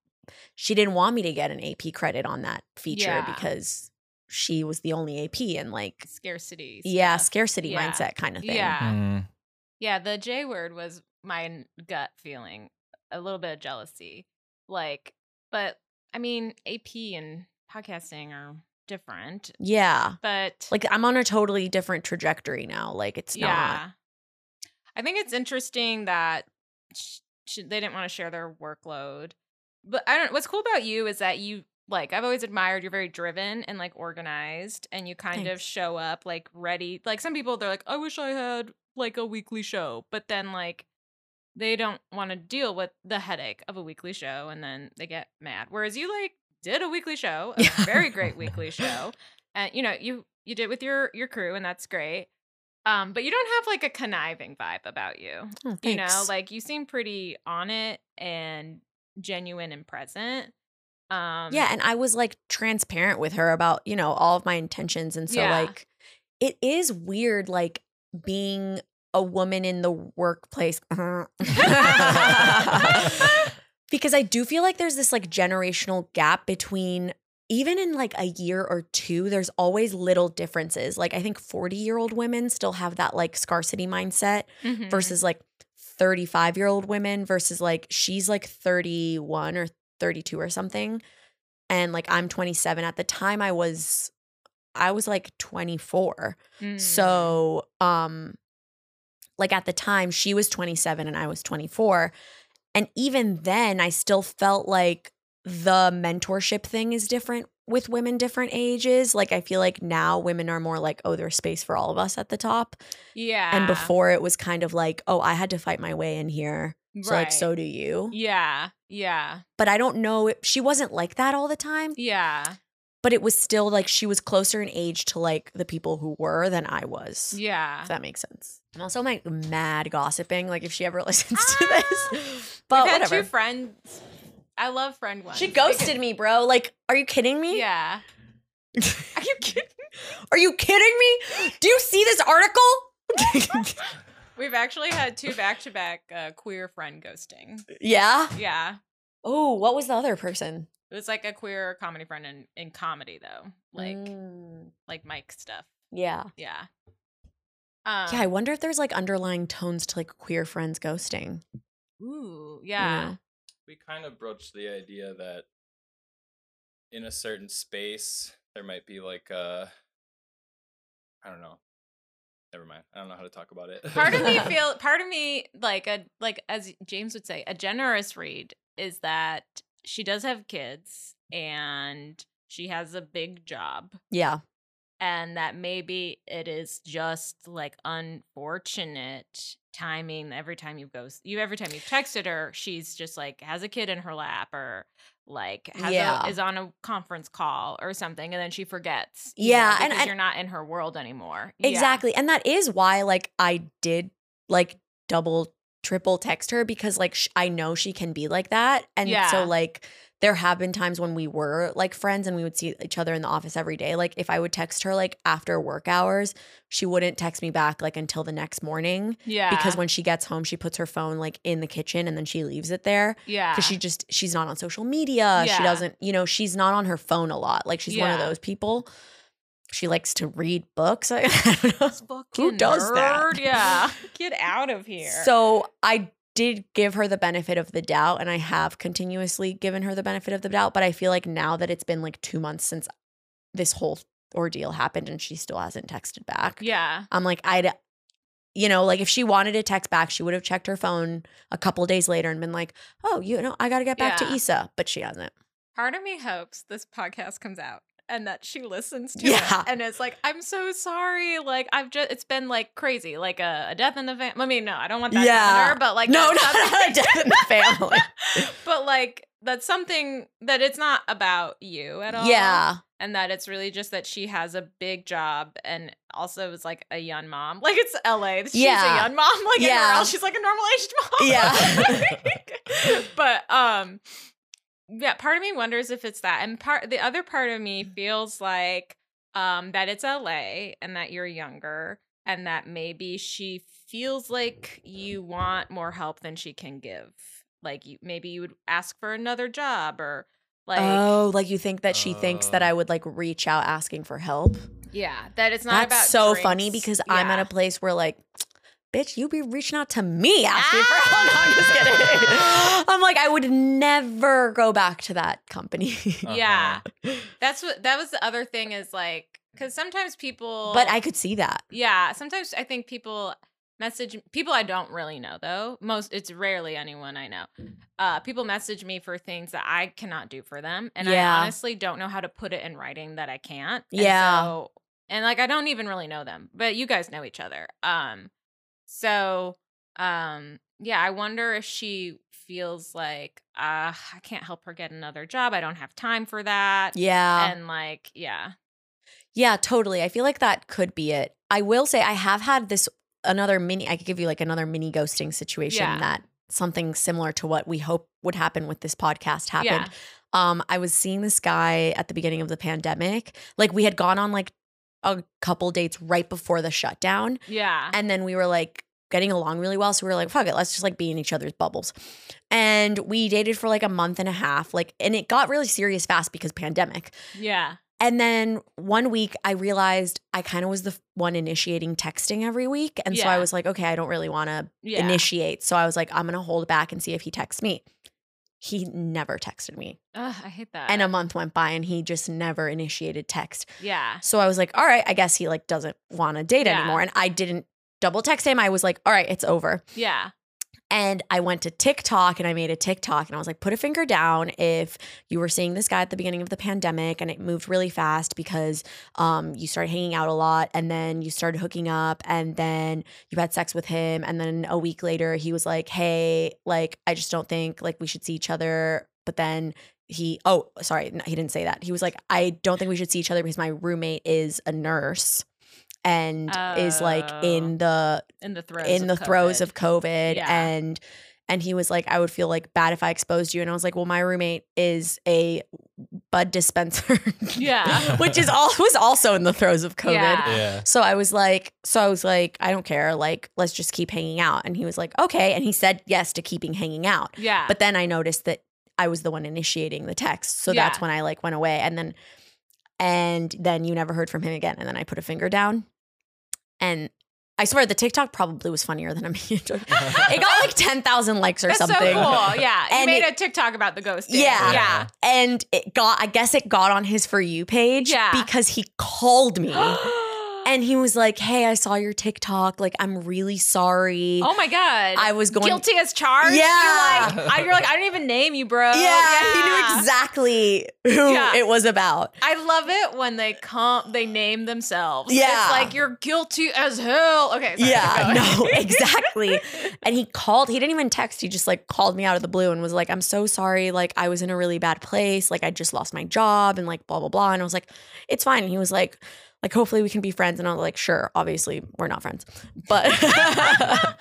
Speaker 4: she didn't want me to get an AP credit on that feature
Speaker 2: Yeah.
Speaker 4: because she was the only AP and like,
Speaker 2: Scarcity.
Speaker 4: yeah,
Speaker 2: stuff.
Speaker 4: scarcity
Speaker 2: Yeah.
Speaker 4: mindset kind of thing.
Speaker 2: Yeah.
Speaker 3: Mm.
Speaker 2: Yeah, the J word was my n- gut feeling, a little bit of jealousy. Like, but I mean, AP and podcasting are different,
Speaker 4: Yeah.
Speaker 2: but
Speaker 4: Like, I'm on a totally different trajectory now. Like, it's not.
Speaker 2: I think it's interesting that sh- sh- they didn't want to share their workload. But I don't. What's cool about you is that you like I've always admired. You're very driven and like organized, and you kind of
Speaker 4: Thanks.
Speaker 2: show up like ready. Like some people, they're like, I wish I had like a weekly show, but then like they don't want to deal with the headache of a weekly show, and then they get mad. Whereas you like did a weekly show, a
Speaker 4: Yeah.
Speaker 2: very great weekly show, and you know you you did with your your crew, and that's great. Um, but you don't have like a conniving vibe about you.
Speaker 4: Oh,
Speaker 2: You know,
Speaker 4: thanks.
Speaker 2: like you seem pretty on it and genuine and present. Um,
Speaker 4: yeah and i was like transparent with her about you know all of my intentions and so
Speaker 2: Yeah.
Speaker 4: like it is weird like being a woman in the workplace. Uh-huh. because I do feel like there's this like generational gap between even in like a year or two, there's always little differences. Like I think 40 year old women still have that like scarcity mindset
Speaker 2: Mhm.
Speaker 4: versus like 35 year old women versus like she's like 31 or 32 or something and like I'm 27 at the time I was I was like 24
Speaker 2: Mm.
Speaker 4: so um like at the time she was 27 and I was 24 and even then I still felt like the mentorship thing is different with women different ages like I feel like now women are more like oh there's space for all of us at the top
Speaker 2: yeah,
Speaker 4: and before it was kind of like, oh, I had to fight my way in here. So like,
Speaker 2: Right.
Speaker 4: so do you.
Speaker 2: yeah, yeah,
Speaker 4: But I don't know. If, she wasn't like that all the time.
Speaker 2: yeah,
Speaker 4: But it was still like she was closer in age to like the people who were than I was.
Speaker 2: yeah.
Speaker 4: If that makes sense. I'm also like mad gossiping. Like if she ever listens to
Speaker 2: Ah!
Speaker 4: this, but
Speaker 2: I've had
Speaker 4: oh, whatever.
Speaker 2: two friends. I love friend ones.
Speaker 4: She
Speaker 2: They
Speaker 4: ghosted me, bro. Like, are you kidding
Speaker 2: could-
Speaker 4: me?
Speaker 2: Yeah. Are you kidding?
Speaker 4: Are you kidding me? Do you see this article?
Speaker 2: We've actually had two back to back queer friend ghosting.
Speaker 4: yeah.
Speaker 2: Yeah.
Speaker 4: Oh, what was the other person?
Speaker 2: It was like a queer comedy friend in, in comedy though. Like
Speaker 4: Mm,
Speaker 2: like Mike stuff.
Speaker 4: yeah.
Speaker 2: Yeah. Um,
Speaker 4: Yeah, I wonder if there's like underlying tones to like queer friends ghosting.
Speaker 2: Ooh, yeah.
Speaker 4: Yeah.
Speaker 3: we kind of broached the idea that in a certain space there might be like a I don't know. Never mind. I don't know how to talk about it.
Speaker 2: Part of me feel part of me like a like as James would say, a generous read is that she does have kids and she has a big job
Speaker 4: Yeah.
Speaker 2: and that maybe it is just like unfortunate timing every time you go you every time you've texted her she's just like has a kid in her lap or like has
Speaker 4: Yeah.
Speaker 2: a, is on a conference call or something and then she forgets you
Speaker 4: Yeah,
Speaker 2: know,
Speaker 4: and-
Speaker 2: because
Speaker 4: and-
Speaker 2: you're not in her world anymore Yeah.
Speaker 4: Exactly. And that is why like I did like double triple text her because like sh- I know she can be like that. And
Speaker 2: Yeah.
Speaker 4: so like there have been times when we were like friends and we would see each other in the office every day. Like if I would text her like after work hours, she wouldn't text me back like until the next morning
Speaker 2: yeah
Speaker 4: because when she gets home, she puts her phone like in the kitchen and then she leaves it there.
Speaker 2: yeah
Speaker 4: because she just she's not on social media.
Speaker 2: Yeah.
Speaker 4: She doesn't, you know, she's not on her phone a lot. Like she's one of
Speaker 2: Yeah.
Speaker 4: those people. She likes to read books. I, don't know.
Speaker 2: This fucking
Speaker 4: who does that?
Speaker 2: nerd, yeah get out of here
Speaker 4: So I did give her the benefit of the doubt, and I have continuously given her the benefit of the doubt. But I feel like now that it's been like two months since this whole ordeal happened, and she still hasn't texted back.
Speaker 2: yeah
Speaker 4: I'm like, I'd, you know, like if she wanted to text back, she would have checked her phone a couple days later and been like, oh, you know, I got to get back
Speaker 2: Yeah.
Speaker 4: to Issa, but she hasn't.
Speaker 2: part of me hopes this podcast comes out and that she listens to
Speaker 4: Yeah.
Speaker 2: it and it's like i'm so sorry like i've just it's been like crazy like a, a death in the family i mean no i don't want that yeah.
Speaker 4: Yeah.
Speaker 2: her but like
Speaker 4: no,
Speaker 2: that's
Speaker 4: not, not a death in the family.
Speaker 2: something- but like that's something that it's not about you at all
Speaker 4: yeah,
Speaker 2: and that it's really just that she has a big job and also is like a young mom like it's la she's
Speaker 4: Yeah.
Speaker 2: a young mom like yeah.
Speaker 4: Yeah.
Speaker 2: else she's like a normal aged mom
Speaker 4: Yeah.
Speaker 2: but um yeah part of me wonders if it's that and part the other part of me feels like um that it's la and that you're younger and that maybe she feels like you want more help than she can give like you maybe you would ask for another job or like
Speaker 4: oh, like you think that she thinks that
Speaker 3: Uh.
Speaker 4: I would like reach out asking for help?
Speaker 2: yeah that it's not
Speaker 4: That's so
Speaker 2: about
Speaker 4: funny
Speaker 2: drinks.
Speaker 4: because I'm at
Speaker 2: Yeah.
Speaker 4: a place where like, bitch, you be reaching out to me asking for help. No, I'm just kidding.
Speaker 2: Ah!
Speaker 4: I'm like, I would never go back to that company.
Speaker 3: Uh-huh.
Speaker 2: yeah that's what that was the other thing is like because sometimes people
Speaker 4: but I could see that.
Speaker 2: Yeah, sometimes I think people message people I don't really know though. Most it's rarely anyone I know. Uh people message me for things that I cannot do for them and
Speaker 4: Yeah.
Speaker 2: I honestly don't know how to put it in writing that I can't. And
Speaker 4: Yeah.
Speaker 2: so- and like I don't even really know them, but you guys know each other. Um so um yeah, I wonder if she feels like uh I can't help her get another job. I don't have time for that.
Speaker 4: Yeah.
Speaker 2: And like yeah.
Speaker 4: Yeah, totally. I feel like that could be it. I will say I have had this another mini I could give you like another mini ghosting situation
Speaker 2: Yeah.
Speaker 4: that something similar to what we hope would happen with this podcast happened.
Speaker 2: Yeah.
Speaker 4: Um I was seeing this guy at the beginning of the pandemic. Like we had gone on like a couple dates right before the shutdown
Speaker 2: Yeah.
Speaker 4: and then we were like getting along really well. So we were like, fuck it, let's just like be in each other's bubbles. And we dated for like a month and a half, like, and it got really serious fast because pandemic.
Speaker 2: Yeah.
Speaker 4: And then one week I realized I kind of was the f- one initiating texting every week. And so
Speaker 2: Yeah.
Speaker 4: I was like, okay, I don't really want to
Speaker 2: Yeah.
Speaker 4: initiate. So I was like, I'm going to hold back and see if he texts me. He never texted me.
Speaker 2: Ugh, I hate that.
Speaker 4: And a month went by and he just never initiated text.
Speaker 2: yeah.
Speaker 4: So I was like, all right, I guess he like doesn't want to date
Speaker 2: Ah. Yeah.
Speaker 4: anymore. And I didn't double text him. I was like, all right, it's over.
Speaker 2: Yeah.
Speaker 4: And I went to TikTok and I made a TikTok and I was like, put a finger down if you were seeing this guy at the beginning of the pandemic and it moved really fast because um, you started hanging out a lot and then you started hooking up and then you had sex with him. And then a week later, he was like, hey, like, I just don't think like we should see each other. But then he, oh, sorry, no, he didn't say that. He was like, I don't think we should see each other because my roommate is a nurse and is like
Speaker 2: Oh.
Speaker 4: in the
Speaker 2: In the throes.
Speaker 4: in the
Speaker 2: of
Speaker 4: throes
Speaker 2: COVID.
Speaker 4: of COVID
Speaker 2: Yeah.
Speaker 4: and and he was like I would feel like bad if I exposed you and I was like well my roommate is a bud dispenser
Speaker 2: Yeah.
Speaker 4: which is all was also in the throes of COVID
Speaker 2: Yeah.
Speaker 3: Yeah.
Speaker 4: so I was like so I was like I don't care like let's just keep hanging out and he was like okay and he said yes to keeping hanging out
Speaker 2: Yeah.
Speaker 4: but then I noticed that I was the one initiating the text so that's
Speaker 2: Yeah.
Speaker 4: when I like went away and then and then you never heard from him again and then I put a finger down and I swear the TikTok probably was funnier than I'm being joking. It got like 10,000 likes or
Speaker 2: That's
Speaker 4: something.
Speaker 2: so cool. Yeah. You
Speaker 4: And
Speaker 2: made
Speaker 4: it-
Speaker 2: a TikTok about the ghosting.
Speaker 4: Yeah.
Speaker 2: Yeah.
Speaker 4: And it got I guess it got on his for you page
Speaker 2: Yeah.
Speaker 4: because he called me. and he was like, "Hey, I saw your TikTok. Like I'm really sorry.
Speaker 2: oh my God.
Speaker 4: I was going
Speaker 2: Guilty as charged.
Speaker 4: Yeah.
Speaker 2: You're like, I, you're like, I don't even name you, bro.
Speaker 4: Yeah, he knew exactly who
Speaker 2: Yeah.
Speaker 4: it was about.
Speaker 2: I love it when they come, they name themselves.
Speaker 4: Yeah.
Speaker 2: It's like you're guilty as hell. Okay. sorry,
Speaker 4: Yeah,
Speaker 2: keep going.
Speaker 4: no, exactly. and he called, he didn't even text. He just like called me out of the blue and was like, I'm so sorry. Like, I was in a really bad place. Like, I just lost my job and like, blah, blah, blah. And I was like, it's fine. And he was like, like, hopefully we can be friends. And I was like, sure, obviously we're not friends, but,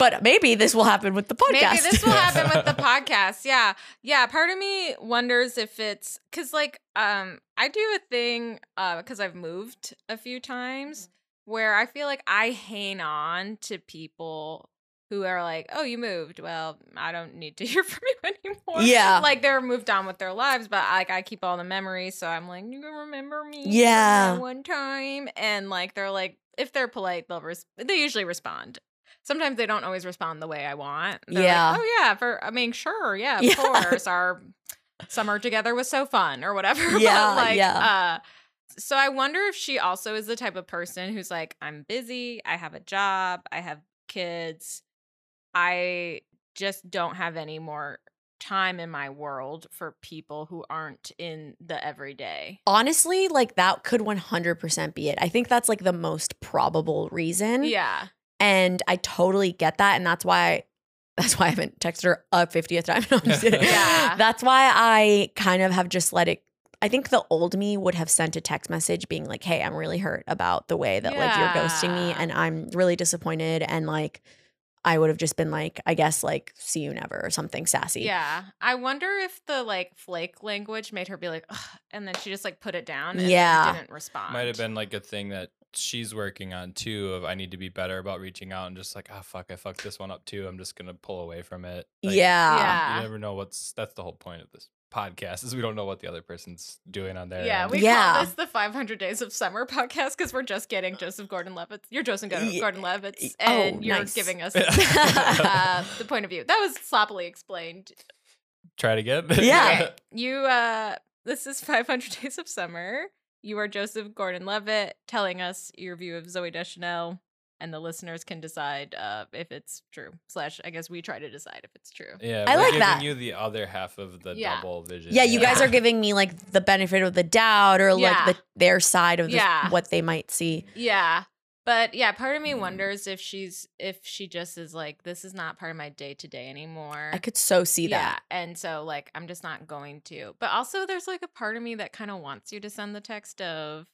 Speaker 4: but maybe this will happen with the podcast.
Speaker 2: Maybe this will happen with the podcast. Yeah. Yeah. Part of me wonders if it's because, like, um, I do a thing because I've moved a few times
Speaker 4: Mm-hmm.
Speaker 2: where I feel like I hang on to people who are like, oh, you moved. Well, I don't need to hear from you anymore.
Speaker 4: Yeah.
Speaker 2: Like, they're moved on with their lives, but like, I keep all the memories. So I'm like, you can remember me. from
Speaker 4: Yeah.
Speaker 2: that One time. And like, they're like, if they're polite, they'll res- they usually respond sometimes they don't always respond the way I want. They're like,
Speaker 4: Yeah.
Speaker 2: oh yeah. For I mean, sure. Yeah. Of
Speaker 4: Yeah.
Speaker 2: course. Our summer together was so fun, or whatever. But,
Speaker 4: Yeah,
Speaker 2: like,
Speaker 4: yeah.
Speaker 2: Uh, so I wonder if she also is the type of person who's like, I'm busy. I have a job. I have kids. I just don't have any more time in my world for people who aren't in the everyday.
Speaker 4: Honestly, like, that could 100% be it. I think that's like the most probable reason.
Speaker 2: Yeah.
Speaker 4: and I totally get that, and that's why that's why I haven't texted her a fiftieth time. No, I'm just kidding.
Speaker 2: Yeah.
Speaker 4: That's why I kind of have just let it. I think the old me would have sent a text message being like, "Hey, I'm really hurt about the way that like you're ghosting me,
Speaker 2: Yeah.
Speaker 4: and I'm really disappointed." And like, I would have just been like, "I guess like see you never" or something sassy.
Speaker 2: Yeah. I wonder if the like flake language made her be like, Ugh, and then she just like put it down and
Speaker 4: Yeah.
Speaker 2: didn't respond.
Speaker 3: Might have been like a thing that she's working on too of I need to be better about reaching out and just like, ah fuck, I fucked this one up too. I'm just gonna pull away from it. Like,
Speaker 4: yeah.
Speaker 2: Yeah.
Speaker 3: You never know what's that's the whole point of this podcast is we don't know what the other person's doing on there.
Speaker 2: Yeah, we
Speaker 4: Yeah.
Speaker 2: call this the 500 Days of Summer podcast because we're just getting Joseph Gordon-Levitt. You're Joseph
Speaker 4: Ye-
Speaker 2: Gordon-Levitt,
Speaker 4: Oh,
Speaker 2: and you're
Speaker 4: nice.
Speaker 2: giving us
Speaker 3: Yeah.
Speaker 2: uh, the point of view. That was sloppily explained.
Speaker 3: try it again.
Speaker 4: Yeah.
Speaker 2: Okay, you. uh This is 500 Days of Summer. You are Joseph Gordon-Levitt telling us your view of Zoe Deschanel, and the listeners can decide uh if it's true. Slash, I guess we try to decide if it's true.
Speaker 3: yeah.
Speaker 4: I
Speaker 3: we're
Speaker 4: like
Speaker 3: giving
Speaker 4: that.
Speaker 3: you the other half of the
Speaker 2: Yeah.
Speaker 3: double vision.
Speaker 4: Yeah, you guys
Speaker 2: Yeah.
Speaker 4: are giving me like the benefit of the doubt or like
Speaker 2: Yeah.
Speaker 4: the their side of the,
Speaker 2: Yeah.
Speaker 4: what they might see.
Speaker 2: Yeah. But yeah, part of me wonders if she's if she just is like, this is not part of my day to day anymore.
Speaker 4: I could so see that.
Speaker 2: Yeah. And so like I'm just not going to. But also there's like a part of me that kind of wants you to send the text of,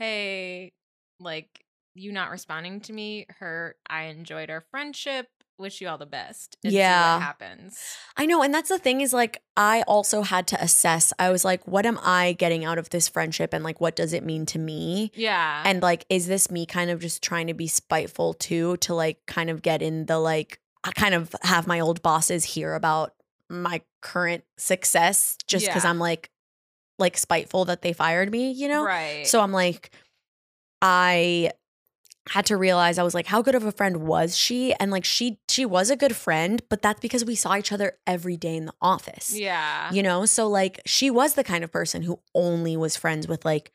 Speaker 2: Hey, like you not responding to me hurt. I enjoyed our friendship. wish you all the best. And See
Speaker 4: Yeah.
Speaker 2: what happens.
Speaker 4: I know. And that's the thing is like, I also had to assess. I was like, what am I getting out of this friendship? And like, what does it mean to me?
Speaker 2: Yeah.
Speaker 4: And like, is this me kind of just trying to be spiteful too, to like kind of get in the like, I kind of have my old bosses hear about my current success just because
Speaker 2: Yeah.
Speaker 4: I'm like, like spiteful that they fired me, you know?
Speaker 2: right.
Speaker 4: So I'm like, I had to realize I was like, how good of a friend was she? And like, she she was a good friend, but that's because we saw each other every day in the office.
Speaker 2: yeah.
Speaker 4: You know, so like she was the kind of person who only was friends with like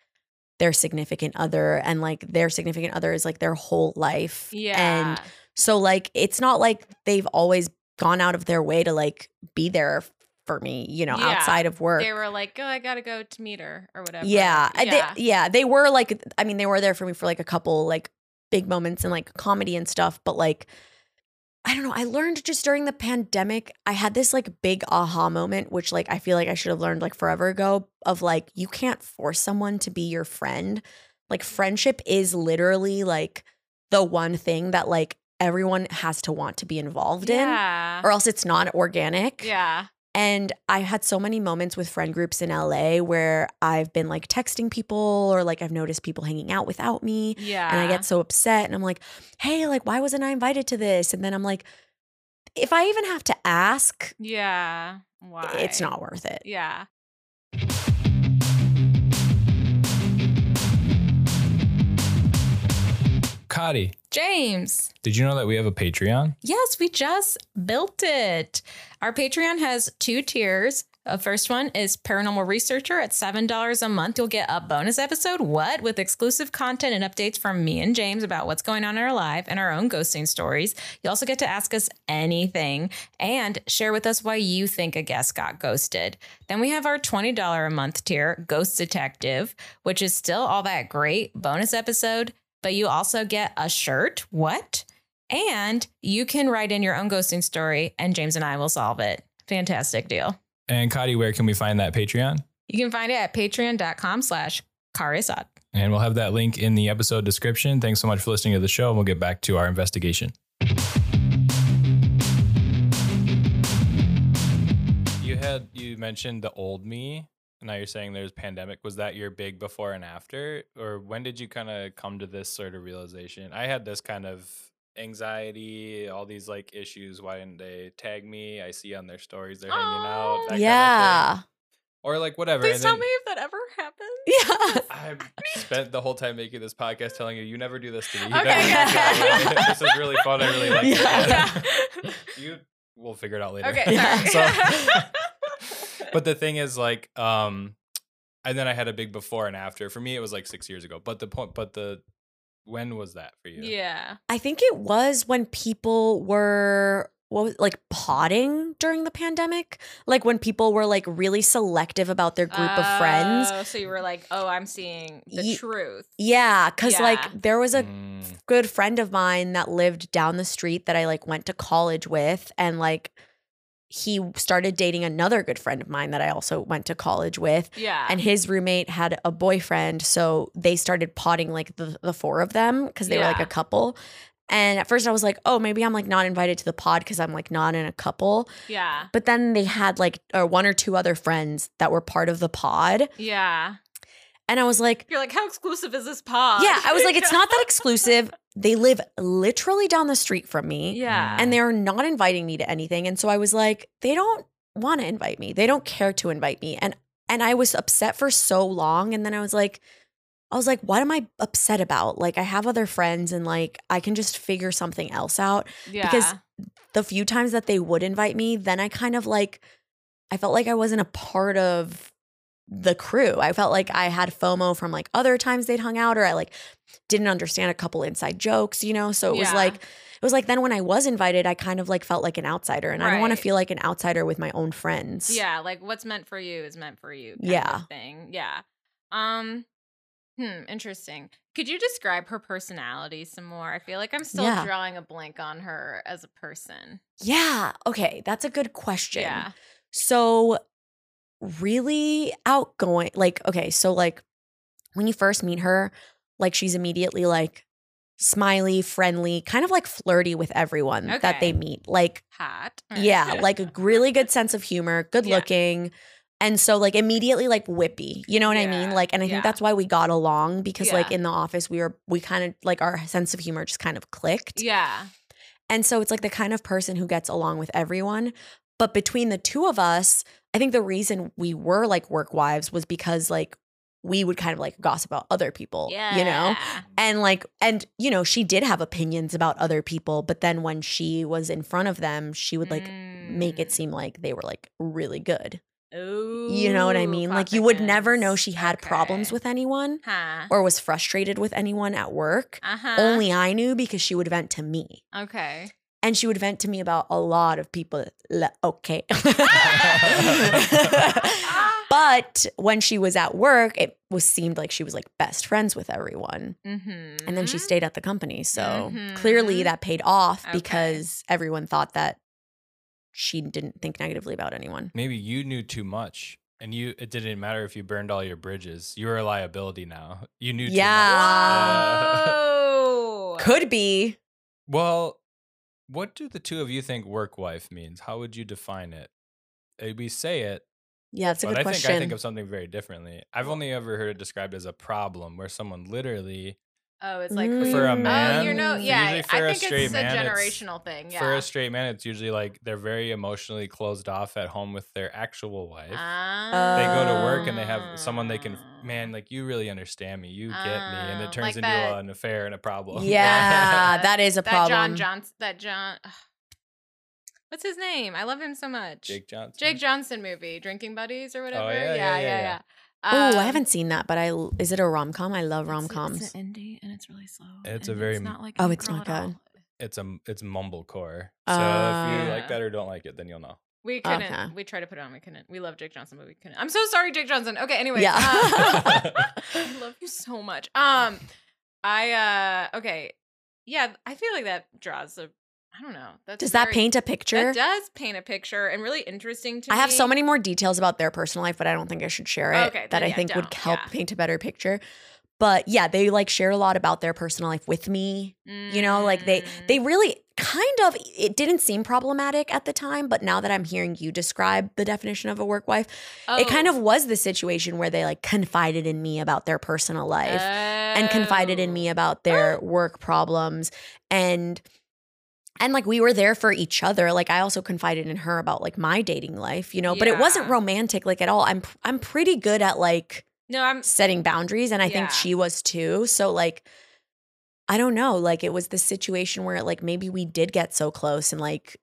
Speaker 4: their significant other and like their significant other is like their whole life.
Speaker 2: Yeah.
Speaker 4: And so like it's not like they've always gone out of their way to like be there for me, you know,
Speaker 2: Yeah.
Speaker 4: outside of work.
Speaker 2: they were like, "Oh, I gotta go to meet her or whatever."
Speaker 4: Yeah. I-
Speaker 2: yeah,
Speaker 4: They, yeah. They were like, I mean, they were there for me for like a couple like big moments and like comedy and stuff. But like, I don't know. I learned just during the pandemic, I had this like big aha moment, which like I feel like I should have learned like forever ago of like, you can't force someone to be your friend. Like, friendship is literally like the one thing that like everyone has to want to be involved
Speaker 2: yeah,
Speaker 4: in, or else it's not organic.
Speaker 2: yeah,
Speaker 4: And I had so many moments with friend groups in LA where I've been like texting people or like I've noticed people hanging out without me.
Speaker 2: yeah.
Speaker 4: And I get so upset and I'm like, hey, like, why wasn't I invited to this? And then I'm like, if I even have to ask,
Speaker 2: yeah. Why?
Speaker 4: it's not worth it.
Speaker 2: Yeah.
Speaker 3: Cotty,
Speaker 5: James.
Speaker 3: did you know that we have a Patreon?
Speaker 5: Yes, we just built it. Our Patreon has two tiers. The first one is Paranormal Researcher at $7 a month. You'll get a bonus episode, What? With exclusive content and updates from me and James about what's going on in our life and our own ghosting stories. You also get to ask us anything and share with us why you think a guest got ghosted. Then we have our $20 a month tier, Ghost Detective, which is still all that great bonus episode, but you also get a shirt. What? And you can write in your own ghosting story, and James and I will solve it. Fantastic deal.
Speaker 3: And Cotty, where can we find that Patreon?
Speaker 5: You can find it at patreon.com slash karisat.
Speaker 3: And we'll have that link in the episode description. Thanks so much for listening to the show, and we'll get back to our investigation. You had you mentioned the old me. and Now you're saying there's pandemic. Was that your big before and after, or when did you kind of come to this sort of realization? I had this kind of anxiety, all these like issues. Why didn't they tag me? I see on their stories they're hanging out.
Speaker 2: Oh.
Speaker 3: that kind of thing.
Speaker 4: yeah.
Speaker 3: or like whatever.
Speaker 2: Please
Speaker 3: and
Speaker 2: tell
Speaker 3: then-
Speaker 2: me if that ever happens.
Speaker 4: Yeah.
Speaker 3: I've spent the whole time making this podcast telling you, you never do this to me. You
Speaker 2: Okay,
Speaker 3: never do
Speaker 2: yeah.
Speaker 3: that to me." this is really fun. I really like
Speaker 4: Yeah.
Speaker 3: it. You will figure it out later.
Speaker 2: Okay, sorry.
Speaker 3: So- but the thing is, like, um, and then I had a big before and after. For me, it was like six years ago. But the point, but the, when was that for you?
Speaker 2: Yeah.
Speaker 4: I think it was when people were what was like potting during the pandemic. Like when people were like really selective about their group of friends.
Speaker 2: Oh, So you were like, "Oh, I'm seeing the
Speaker 4: Ye-
Speaker 2: truth."
Speaker 4: Yeah, because
Speaker 2: Yeah.
Speaker 4: like there was a
Speaker 3: Mm,
Speaker 4: good friend of mine that lived down the street that I like went to college with, and like he started dating another good friend of mine that I also went to college with.
Speaker 2: Yeah.
Speaker 4: And his roommate had a boyfriend, so they started potting like the, the four of them because they were like
Speaker 2: Yeah.
Speaker 4: a couple. And at first I was like, oh, maybe I'm like not invited to the pod because I'm like not in a couple.
Speaker 2: yeah.
Speaker 4: But then they had like or one or two other friends that were part of the pod.
Speaker 2: Yeah.
Speaker 4: And I was like,
Speaker 2: You're like, how exclusive is this pod?
Speaker 4: Yeah, I was like, it's not that exclusive. They live literally down the street from me
Speaker 2: Yeah.
Speaker 4: and they're not inviting me to anything. And so I was like, they don't want to invite me. They don't care to invite me. And and I was upset for so long. And then I was like, I was like, what am I upset about? Like I have other friends and like I can just figure something else out
Speaker 2: yeah.
Speaker 4: because the few times that they would invite me, then I kind of like I felt like I wasn't a part of the crew. I felt like I had FOMO from like other times they'd hung out or I like didn't understand a couple inside jokes, you know? So it was
Speaker 2: Yeah.
Speaker 4: like it was like then when I was invited, I kind of like felt like an outsider and I don't want
Speaker 2: Right.
Speaker 4: to feel like an outsider with my own friends.
Speaker 2: Yeah, like what's meant for you is meant for you. kind of
Speaker 4: Yeah.
Speaker 2: Thing. Yeah. Um. Hmm. Interesting. Could you describe her personality some more? I feel like I'm still
Speaker 4: Yeah.
Speaker 2: drawing a blank on her as a person.
Speaker 4: Yeah. Okay, that's a good question.
Speaker 2: Yeah.
Speaker 4: So really outgoing. Like, okay, so like when you first meet her, like she's immediately like, smiley, friendly, kind of like flirty with everyone that
Speaker 2: Okay.
Speaker 4: they meet. Like,
Speaker 2: Hot.
Speaker 4: yeah,
Speaker 3: Yeah.
Speaker 4: like a really good sense of humor, good
Speaker 2: Yeah.
Speaker 4: looking. And so like immediately like whippy. You know what I mean?
Speaker 2: Yeah,
Speaker 4: Like and I
Speaker 2: yeah.
Speaker 4: think that's why we got along because like
Speaker 2: Yeah.
Speaker 4: in the office we were we kind of like our sense of humor just kind of clicked.
Speaker 2: Yeah.
Speaker 4: And so it's like the kind of person who gets along with everyone. But between the two of us, I think the reason we were like work wives was because like we would kind of like gossip about other people,
Speaker 2: Yeah.
Speaker 4: you know? And like, and you know, she did have opinions about other people, but then when she was in front of them, she would like make
Speaker 2: Mm. hmm.
Speaker 4: it seem like they were like really good.
Speaker 2: Ooh,
Speaker 4: You know what I mean? Like, you would never know
Speaker 2: confidence.
Speaker 4: she had
Speaker 2: Okay.
Speaker 4: problems with anyone
Speaker 2: Huh.
Speaker 4: or was frustrated with anyone at work.
Speaker 2: Uh-huh.
Speaker 4: Only I knew because she would vent to me
Speaker 2: Okay.
Speaker 4: and she would vent to me about a lot of people. Le- Okay. but when she was at work, it was seemed like she was like best friends with everyone.
Speaker 2: Mm-hmm.
Speaker 4: And then she stayed at the company. So
Speaker 2: Mhm.
Speaker 4: clearly that paid off
Speaker 2: Okay.
Speaker 4: because everyone thought that she didn't think negatively about anyone.
Speaker 3: Maybe you knew too much, and you it didn't matter if you burned all your bridges. You were a liability now. You knew. Too much. Uh,
Speaker 4: Yeah.
Speaker 2: Whoa.
Speaker 4: Could be.
Speaker 3: Well, what do the two of you think work wife means? How would you define it? Uh, We say it,
Speaker 4: Yeah, that's a
Speaker 3: but
Speaker 4: good
Speaker 3: I
Speaker 4: question.
Speaker 3: think I think of something very differently. I've only ever heard it described as a problem where someone literally
Speaker 2: oh, it's like
Speaker 4: Mm.
Speaker 3: for a
Speaker 4: Oh,
Speaker 3: man.
Speaker 2: Oh, you know,
Speaker 4: Mm.
Speaker 2: yeah.
Speaker 3: usually for
Speaker 2: I
Speaker 3: a
Speaker 2: think
Speaker 3: straight
Speaker 2: it's
Speaker 3: man,
Speaker 2: a
Speaker 3: it's-
Speaker 2: generational thing. Yeah.
Speaker 3: For a straight man, it's usually like they're very emotionally closed off at home with their actual wife.
Speaker 2: Ah.
Speaker 3: they go to work and they have someone they can man like you really understand me you get me and
Speaker 2: Oh,
Speaker 3: it turns
Speaker 2: Ah. like
Speaker 3: into
Speaker 2: that-
Speaker 3: a, an affair and a problem
Speaker 4: yeah,
Speaker 2: Yeah.
Speaker 4: that is a
Speaker 2: that
Speaker 4: problem.
Speaker 2: John Johnson. That John. ugh. What's his name? I love him so much.
Speaker 3: jake johnson Oh,
Speaker 2: Jake Johnson movie, Drinking Buddies or whatever.
Speaker 3: yeah, yeah, yeah, yeah.
Speaker 4: oh, I
Speaker 2: Um,
Speaker 4: haven't seen that, but I l- is it a rom com? I love
Speaker 2: it's-
Speaker 4: rom coms.
Speaker 2: It's an indie and it's really slow.
Speaker 3: It's
Speaker 2: and
Speaker 3: a very m-
Speaker 2: It's not like
Speaker 4: Oh,
Speaker 2: any
Speaker 4: it's
Speaker 2: girl
Speaker 4: not
Speaker 2: at all.
Speaker 4: good.
Speaker 3: it's a it's mumblecore so if
Speaker 4: Ah.
Speaker 3: you like that or don't like it then you'll know
Speaker 2: We couldn't.
Speaker 4: Okay.
Speaker 2: We tried to put it on. We couldn't. We love Jake Johnson, but we couldn't. I'm so sorry, Jake Johnson. Okay. Anyway.
Speaker 4: Yeah.
Speaker 2: um, I love you so much. Um, I uh okay, yeah. I feel like that draws a. I don't know. That's
Speaker 4: Does that
Speaker 2: very-
Speaker 4: paint a picture?
Speaker 2: That does paint a picture and really interesting to
Speaker 4: I
Speaker 2: me.
Speaker 4: have so many more details about their personal life, but I don't think I should share it.
Speaker 2: Okay, then
Speaker 4: that I
Speaker 2: yeah,
Speaker 4: think would
Speaker 2: don't.
Speaker 4: help
Speaker 2: Yeah.
Speaker 4: paint a better picture. But yeah, they like shared a lot about their personal life with me. You know, like they
Speaker 2: Mm.
Speaker 4: they really kind of it didn't seem problematic at the time, but now that I'm hearing you describe the definition of a work wife, it kind
Speaker 2: Oh.
Speaker 4: of was the situation where they like confided in me about their personal
Speaker 2: Mm.
Speaker 4: life and confided in me
Speaker 2: Oh.
Speaker 4: about their work problems and and like we were there for each other like i also confided in her about like my dating life you know but it wasn't
Speaker 2: Yeah.
Speaker 4: romantic like at all i'm i'm pretty good at like
Speaker 2: Oh. No, I'm.
Speaker 4: setting boundaries and i
Speaker 2: Yeah.
Speaker 4: think she was too so like i don't know like it was this situation where like maybe we did get so close and like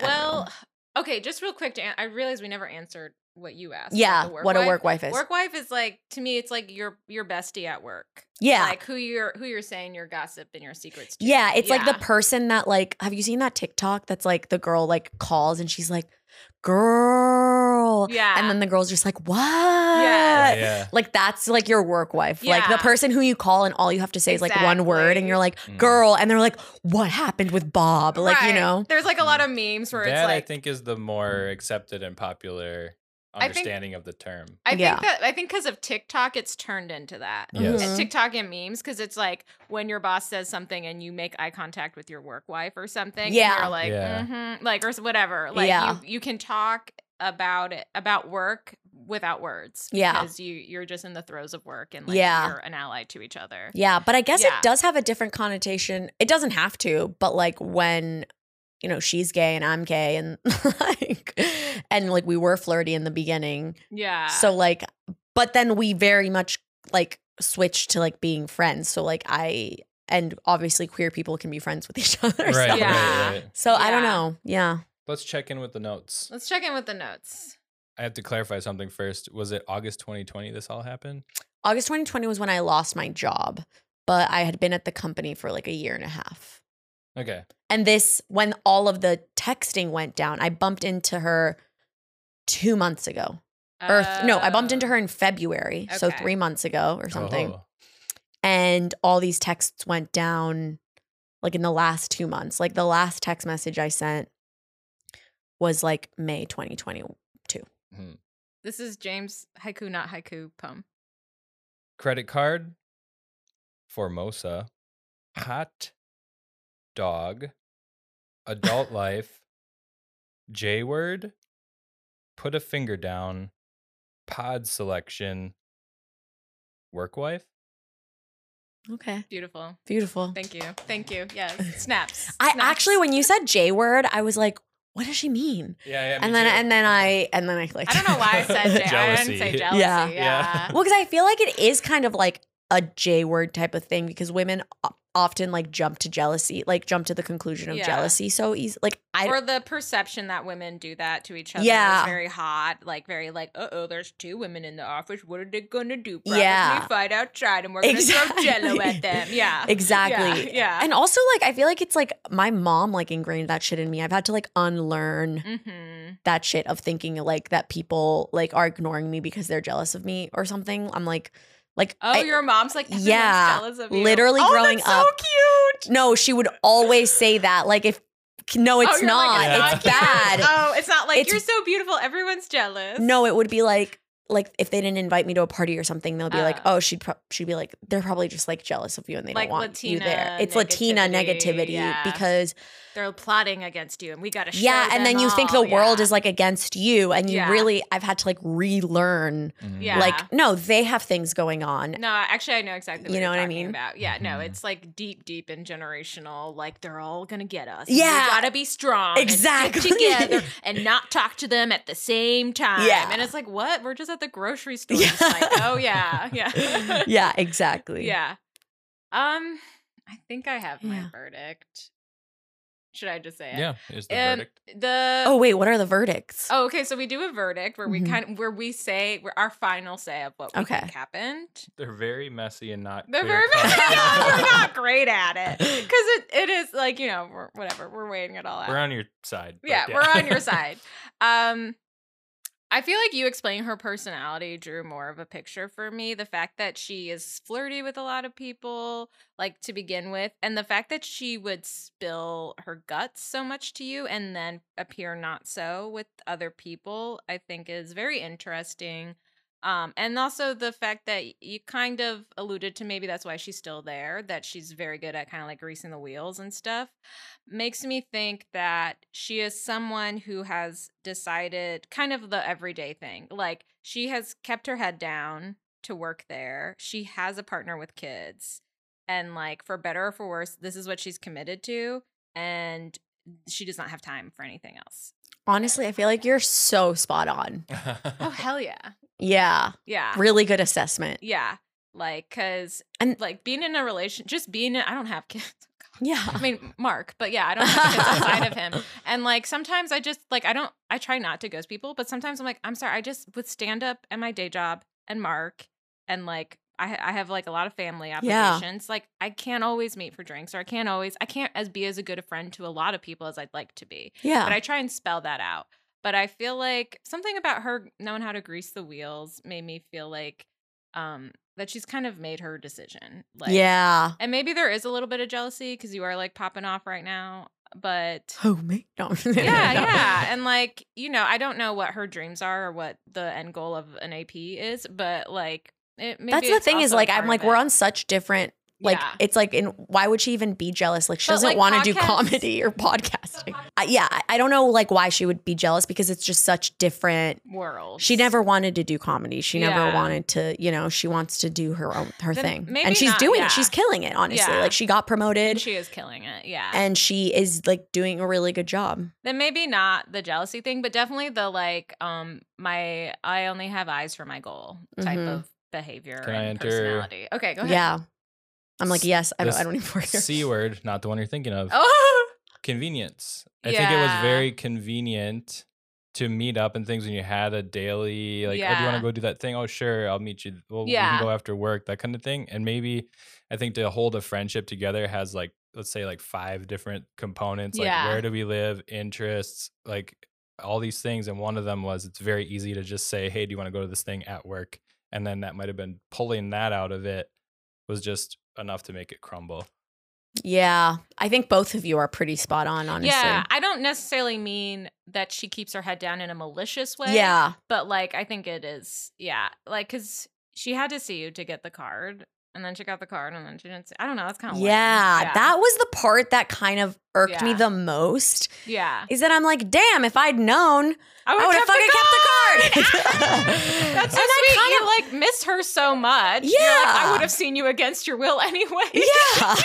Speaker 4: I don't know.
Speaker 2: Well, okay. Just real quick to. An- I realize we never answered what you asked. about
Speaker 4: yeah
Speaker 2: the
Speaker 4: what a work wife is
Speaker 2: Work wife is like to me. It's like your your bestie at work.
Speaker 4: yeah
Speaker 2: Like who you're who you're saying your gossip and your secrets to.
Speaker 4: Yeah, it's like
Speaker 2: Yeah.
Speaker 4: the person that like have you seen that TikTok that's like the girl like calls and she's like, "Girl."
Speaker 2: Yeah.
Speaker 4: And then the girl's just like, "What?"
Speaker 2: Yeah.
Speaker 3: yeah
Speaker 4: Like that's like your work wife. Like
Speaker 2: Yeah.
Speaker 4: the person who you call and all you have to say is like one word and you're like,
Speaker 3: Exactly. Mm.
Speaker 4: "Girl." And they're like, "What happened with Bob?" Like, you
Speaker 2: Right.
Speaker 4: know.
Speaker 2: there's like a lot of memes where it's
Speaker 3: Mm. that
Speaker 2: like
Speaker 3: i think is the more accepted and popular
Speaker 2: I think-
Speaker 3: understanding of the term
Speaker 2: I think
Speaker 4: Yeah. Mm-hmm.
Speaker 2: that I think because of TikTok, it's turned into that.
Speaker 3: Yes.
Speaker 2: And TikTok and memes, because it's like when your boss says something and you make eye contact with your work wife or something. and
Speaker 4: Yeah.
Speaker 2: you're like,
Speaker 3: Yeah.
Speaker 2: "Mhm," like or s- whatever. Like
Speaker 4: Yeah.
Speaker 2: you, you can talk about it about work without words.
Speaker 4: Yeah.
Speaker 2: because you you're just in the throes of work and like
Speaker 4: Yeah.
Speaker 2: you're an ally to each other.
Speaker 4: Yeah, but I guess
Speaker 2: Yeah.
Speaker 4: it does have a different connotation. It doesn't have to, but like when you know, she's gay and I'm gay and like and like we were flirty in the beginning.
Speaker 2: Yeah.
Speaker 4: So like, but then we very much like switched to like being friends. So like I and obviously queer people can be friends with each other.
Speaker 3: right,
Speaker 4: So,
Speaker 3: right,
Speaker 2: Yeah.
Speaker 3: right.
Speaker 4: so I don't
Speaker 2: Yeah.
Speaker 4: know. Yeah.
Speaker 3: let's check in with the notes
Speaker 2: let's check in with the notes.
Speaker 3: i have to clarify something first was it august 2020 this all happened
Speaker 4: August 2020 was when I lost my job, but I had been at the company for like a year and a half.
Speaker 3: okay
Speaker 4: And this when all of the texting went down, I bumped into her 2 months ago. Or th- no, I bumped
Speaker 2: Uh,
Speaker 4: into her in February, so
Speaker 2: Oh. Okay.
Speaker 4: 3 months ago or something.
Speaker 3: Oh.
Speaker 4: and all these texts went down like in the last two months. Like the last text message I sent was like May 2020.
Speaker 2: This is James haiku, not haiku poem.
Speaker 3: credit card, Formosa, hot dog, adult life, J word, put a finger down, pod selection, work wife.
Speaker 4: Okay.
Speaker 2: Beautiful.
Speaker 4: Beautiful.
Speaker 2: Thank you. Thank you. Yes. Snaps.
Speaker 4: I
Speaker 2: Snaps.
Speaker 4: actually, when you said J word, I was like, what does she mean?
Speaker 3: Yeah, yeah. me
Speaker 4: And then,
Speaker 3: too.
Speaker 4: and then I, and then I like,
Speaker 2: I don't know why I said J. I
Speaker 3: Jealousy.
Speaker 2: didn't say jealousy.
Speaker 4: Yeah.
Speaker 2: Yeah.
Speaker 3: Yeah.
Speaker 4: Well, because I feel like it is kind of like a J word type of thing because women o- often like jump to jealousy, like jump to the conclusion of
Speaker 2: Yeah.
Speaker 4: jealousy so easy. Like I,
Speaker 2: or the perception that women do that to each other
Speaker 4: Yeah.
Speaker 2: is very hot, like very like, uh oh, there's two women in the office. What are they gonna do? Probably
Speaker 4: Yeah.
Speaker 2: fight outside, and we're gonna
Speaker 4: Exactly.
Speaker 2: throw Jello at them. Yeah,
Speaker 4: exactly.
Speaker 2: Yeah,
Speaker 4: And also like I feel like it's like my mom like ingrained that shit in me. I've had to like unlearn
Speaker 2: hmm
Speaker 4: that shit of thinking like that people like are ignoring me because they're jealous of me or something. I'm like like
Speaker 2: Oh,
Speaker 4: I-
Speaker 2: your mom's like everyone's
Speaker 4: Yeah.
Speaker 2: jealous of you.
Speaker 4: Literally
Speaker 2: oh,
Speaker 4: growing
Speaker 2: that's
Speaker 4: up-
Speaker 2: So cute.
Speaker 4: No, she would always say that. Like if no,
Speaker 2: Oh,
Speaker 4: it's
Speaker 2: you're
Speaker 4: not.
Speaker 2: like,
Speaker 3: "It's
Speaker 4: it's
Speaker 2: not
Speaker 4: bad.
Speaker 2: cute." Oh, it's not like
Speaker 4: It's-
Speaker 2: you're so beautiful. Everyone's jealous.
Speaker 4: No, it would be like like if they didn't invite me to a party or something, they'll be like,
Speaker 2: Oh.
Speaker 4: "Oh, she'd pro- she'd be like, they're probably just like jealous of you and they
Speaker 2: Like
Speaker 4: don't want you
Speaker 2: Latina
Speaker 4: there." It's Latina
Speaker 2: negativity,
Speaker 4: negativity
Speaker 2: yeah.
Speaker 4: because
Speaker 2: they're plotting against you, and we gotta. Show
Speaker 4: yeah, and then
Speaker 2: them
Speaker 4: you think the
Speaker 2: all.
Speaker 4: world
Speaker 2: Yeah.
Speaker 4: is like against you, and you
Speaker 2: Yeah.
Speaker 4: really I've had to like relearn
Speaker 3: Mhm.
Speaker 2: Yeah.
Speaker 4: like no, they have things going on.
Speaker 2: No, actually, I know exactly. What
Speaker 4: You
Speaker 2: you
Speaker 4: know
Speaker 2: know
Speaker 4: what I
Speaker 2: are
Speaker 4: mean? Mm-hmm.
Speaker 2: talking About yeah, no,
Speaker 3: Mhm.
Speaker 2: it's like deep, deep and generational. Like they're all gonna get us.
Speaker 4: Yeah.
Speaker 2: we gotta be strong. and stick
Speaker 4: Exactly.
Speaker 2: together and not talk to them at the same time.
Speaker 4: Yeah.
Speaker 2: and it's like what? We're just at the grocery store.
Speaker 4: Yeah.
Speaker 2: Just like, oh yeah, yeah,
Speaker 4: yeah, exactly.
Speaker 2: yeah. Um, I think I have my
Speaker 4: Yeah.
Speaker 2: verdict. Should I just say it?
Speaker 3: Yeah, is the
Speaker 2: Um,
Speaker 3: verdict.
Speaker 2: The
Speaker 4: Oh wait, what are the verdicts?
Speaker 2: Oh, okay. So we do a verdict where we
Speaker 4: Mhm.
Speaker 2: kind of where we say where our final say of what we
Speaker 4: Okay.
Speaker 2: think happened.
Speaker 3: They're very messy and not.
Speaker 2: The
Speaker 3: clear
Speaker 2: verb
Speaker 3: cut.
Speaker 2: we're not great at it because it, it is like you know we're, whatever we're weighing it all out.
Speaker 3: We're on your side. but
Speaker 2: yeah, we're on your side. Um, I feel like you explaining her personality drew more of a picture for me. The fact that she is flirty with a lot of people, like to begin with, and the fact that she would spill her guts so much to you and then appear not so with other people, I think is very interesting. Um, and also the fact that you kind of alluded to maybe that's why she's still there, that she's very good at kind of like greasing the wheels and stuff makes me think that she is someone who has decided kind of the everyday thing. Like she has kept her head down to work there. She has a partner with kids. And like for better or for worse, this is what she's committed to and she does not have time for anything else.
Speaker 4: Honestly, I feel like you're so spot on.
Speaker 2: Oh hell yeah.
Speaker 4: Yeah,
Speaker 2: Yeah.
Speaker 4: really good assessment.
Speaker 2: Yeah. Like cuz
Speaker 4: And-
Speaker 2: and like being in a relation just being in, I don't have kids.
Speaker 4: Yeah.
Speaker 2: I mean, Mark, but yeah, I don't have kids outside of him. And like sometimes I just like I don't I try not to ghost people, but sometimes I'm like I'm sorry. I just with stand up and my day job and Mark and like I I have like a lot of family obligations. Like I can't always meet for drinks or I can't always I can't as be as a good a friend to a lot of people as I'd like to be.
Speaker 4: Yeah.
Speaker 2: But I try and spell that out. But I feel like something about her knowing how to grease the wheels made me feel like um that she's kind of made her decision. Like
Speaker 4: yeah.
Speaker 2: and maybe there is a little bit of jealousy because you are like popping off right now. But
Speaker 4: Oh me? No.
Speaker 2: yeah, yeah. And like, you know, I don't know what her dreams are or what the end goal of an AP is, but like, it maybe
Speaker 4: That's the
Speaker 2: it's
Speaker 4: thing is
Speaker 2: also
Speaker 4: like
Speaker 2: part
Speaker 4: I'm
Speaker 2: of
Speaker 4: like
Speaker 2: it.
Speaker 4: we're on such different like
Speaker 2: Yeah.
Speaker 4: it's like in why would she even be jealous like she
Speaker 2: But,
Speaker 4: doesn't
Speaker 2: like,
Speaker 4: want to do
Speaker 2: podcasts-
Speaker 4: comedy or podcasting I, yeah I, I don't know like why she would be jealous because it's just such different
Speaker 2: world.
Speaker 4: she never wanted to do comedy she never
Speaker 2: Yeah.
Speaker 4: wanted to you know she wants to do her own her
Speaker 2: Then
Speaker 4: thing
Speaker 2: maybe
Speaker 4: and she's
Speaker 2: not,
Speaker 4: doing
Speaker 2: yeah.
Speaker 4: it she's killing it honestly
Speaker 2: Yeah.
Speaker 4: like she got
Speaker 2: And
Speaker 4: promoted
Speaker 2: she is killing it. Yeah.
Speaker 4: and she is like doing a really good job
Speaker 2: then maybe not the jealousy thing, but definitely the like, um, my I only have eyes for my goal type
Speaker 4: Mhm.
Speaker 2: of behavior
Speaker 3: Can I
Speaker 2: and
Speaker 3: enter-
Speaker 2: personality. Okay, go ahead.
Speaker 4: yeah I'm like yes I don't,
Speaker 3: This
Speaker 4: I don't even work here.
Speaker 3: C word, not the one you're thinking of.
Speaker 2: Oh,
Speaker 3: Convenience. I think it was
Speaker 2: Yeah.
Speaker 3: very convenient to meet up and things when you had a daily, like, oh, do you want
Speaker 2: Yeah.
Speaker 3: to go do that thing? Oh, sure, I'll meet you. Well, we
Speaker 2: Yeah.
Speaker 3: can go after work, that kind of thing. And maybe I think to hold a friendship together has like, let's say, like five different components. Like,
Speaker 2: Yeah.
Speaker 3: where do we live? Interests, like all these things. And one of them was it's very easy to just say, hey, do you want to go to this thing at work? And then that might have been pulling that out of it was just enough to make it crumble.
Speaker 4: yeah I think both of you are pretty spot on honestly
Speaker 2: Yeah, I don't necessarily mean that she keeps her head down in a malicious way.
Speaker 4: yeah
Speaker 2: But like, I think it is, yeah. Like, cause she had to see you to get the card. and then she got the card, and then she didn't. See, I don't know. That's kind of
Speaker 4: yeah, that was the part that kind of irked me
Speaker 2: Yeah.
Speaker 4: the most.
Speaker 2: yeah.
Speaker 4: Is that I'm like, damn, if I'd known, I would have fucking kept the card.
Speaker 2: That's so
Speaker 4: And I
Speaker 2: sweet.
Speaker 4: kind
Speaker 2: you
Speaker 4: of-
Speaker 2: like missed her so much. You're like,
Speaker 4: Yeah.
Speaker 2: I would have seen you against your will anyway.
Speaker 4: yeah.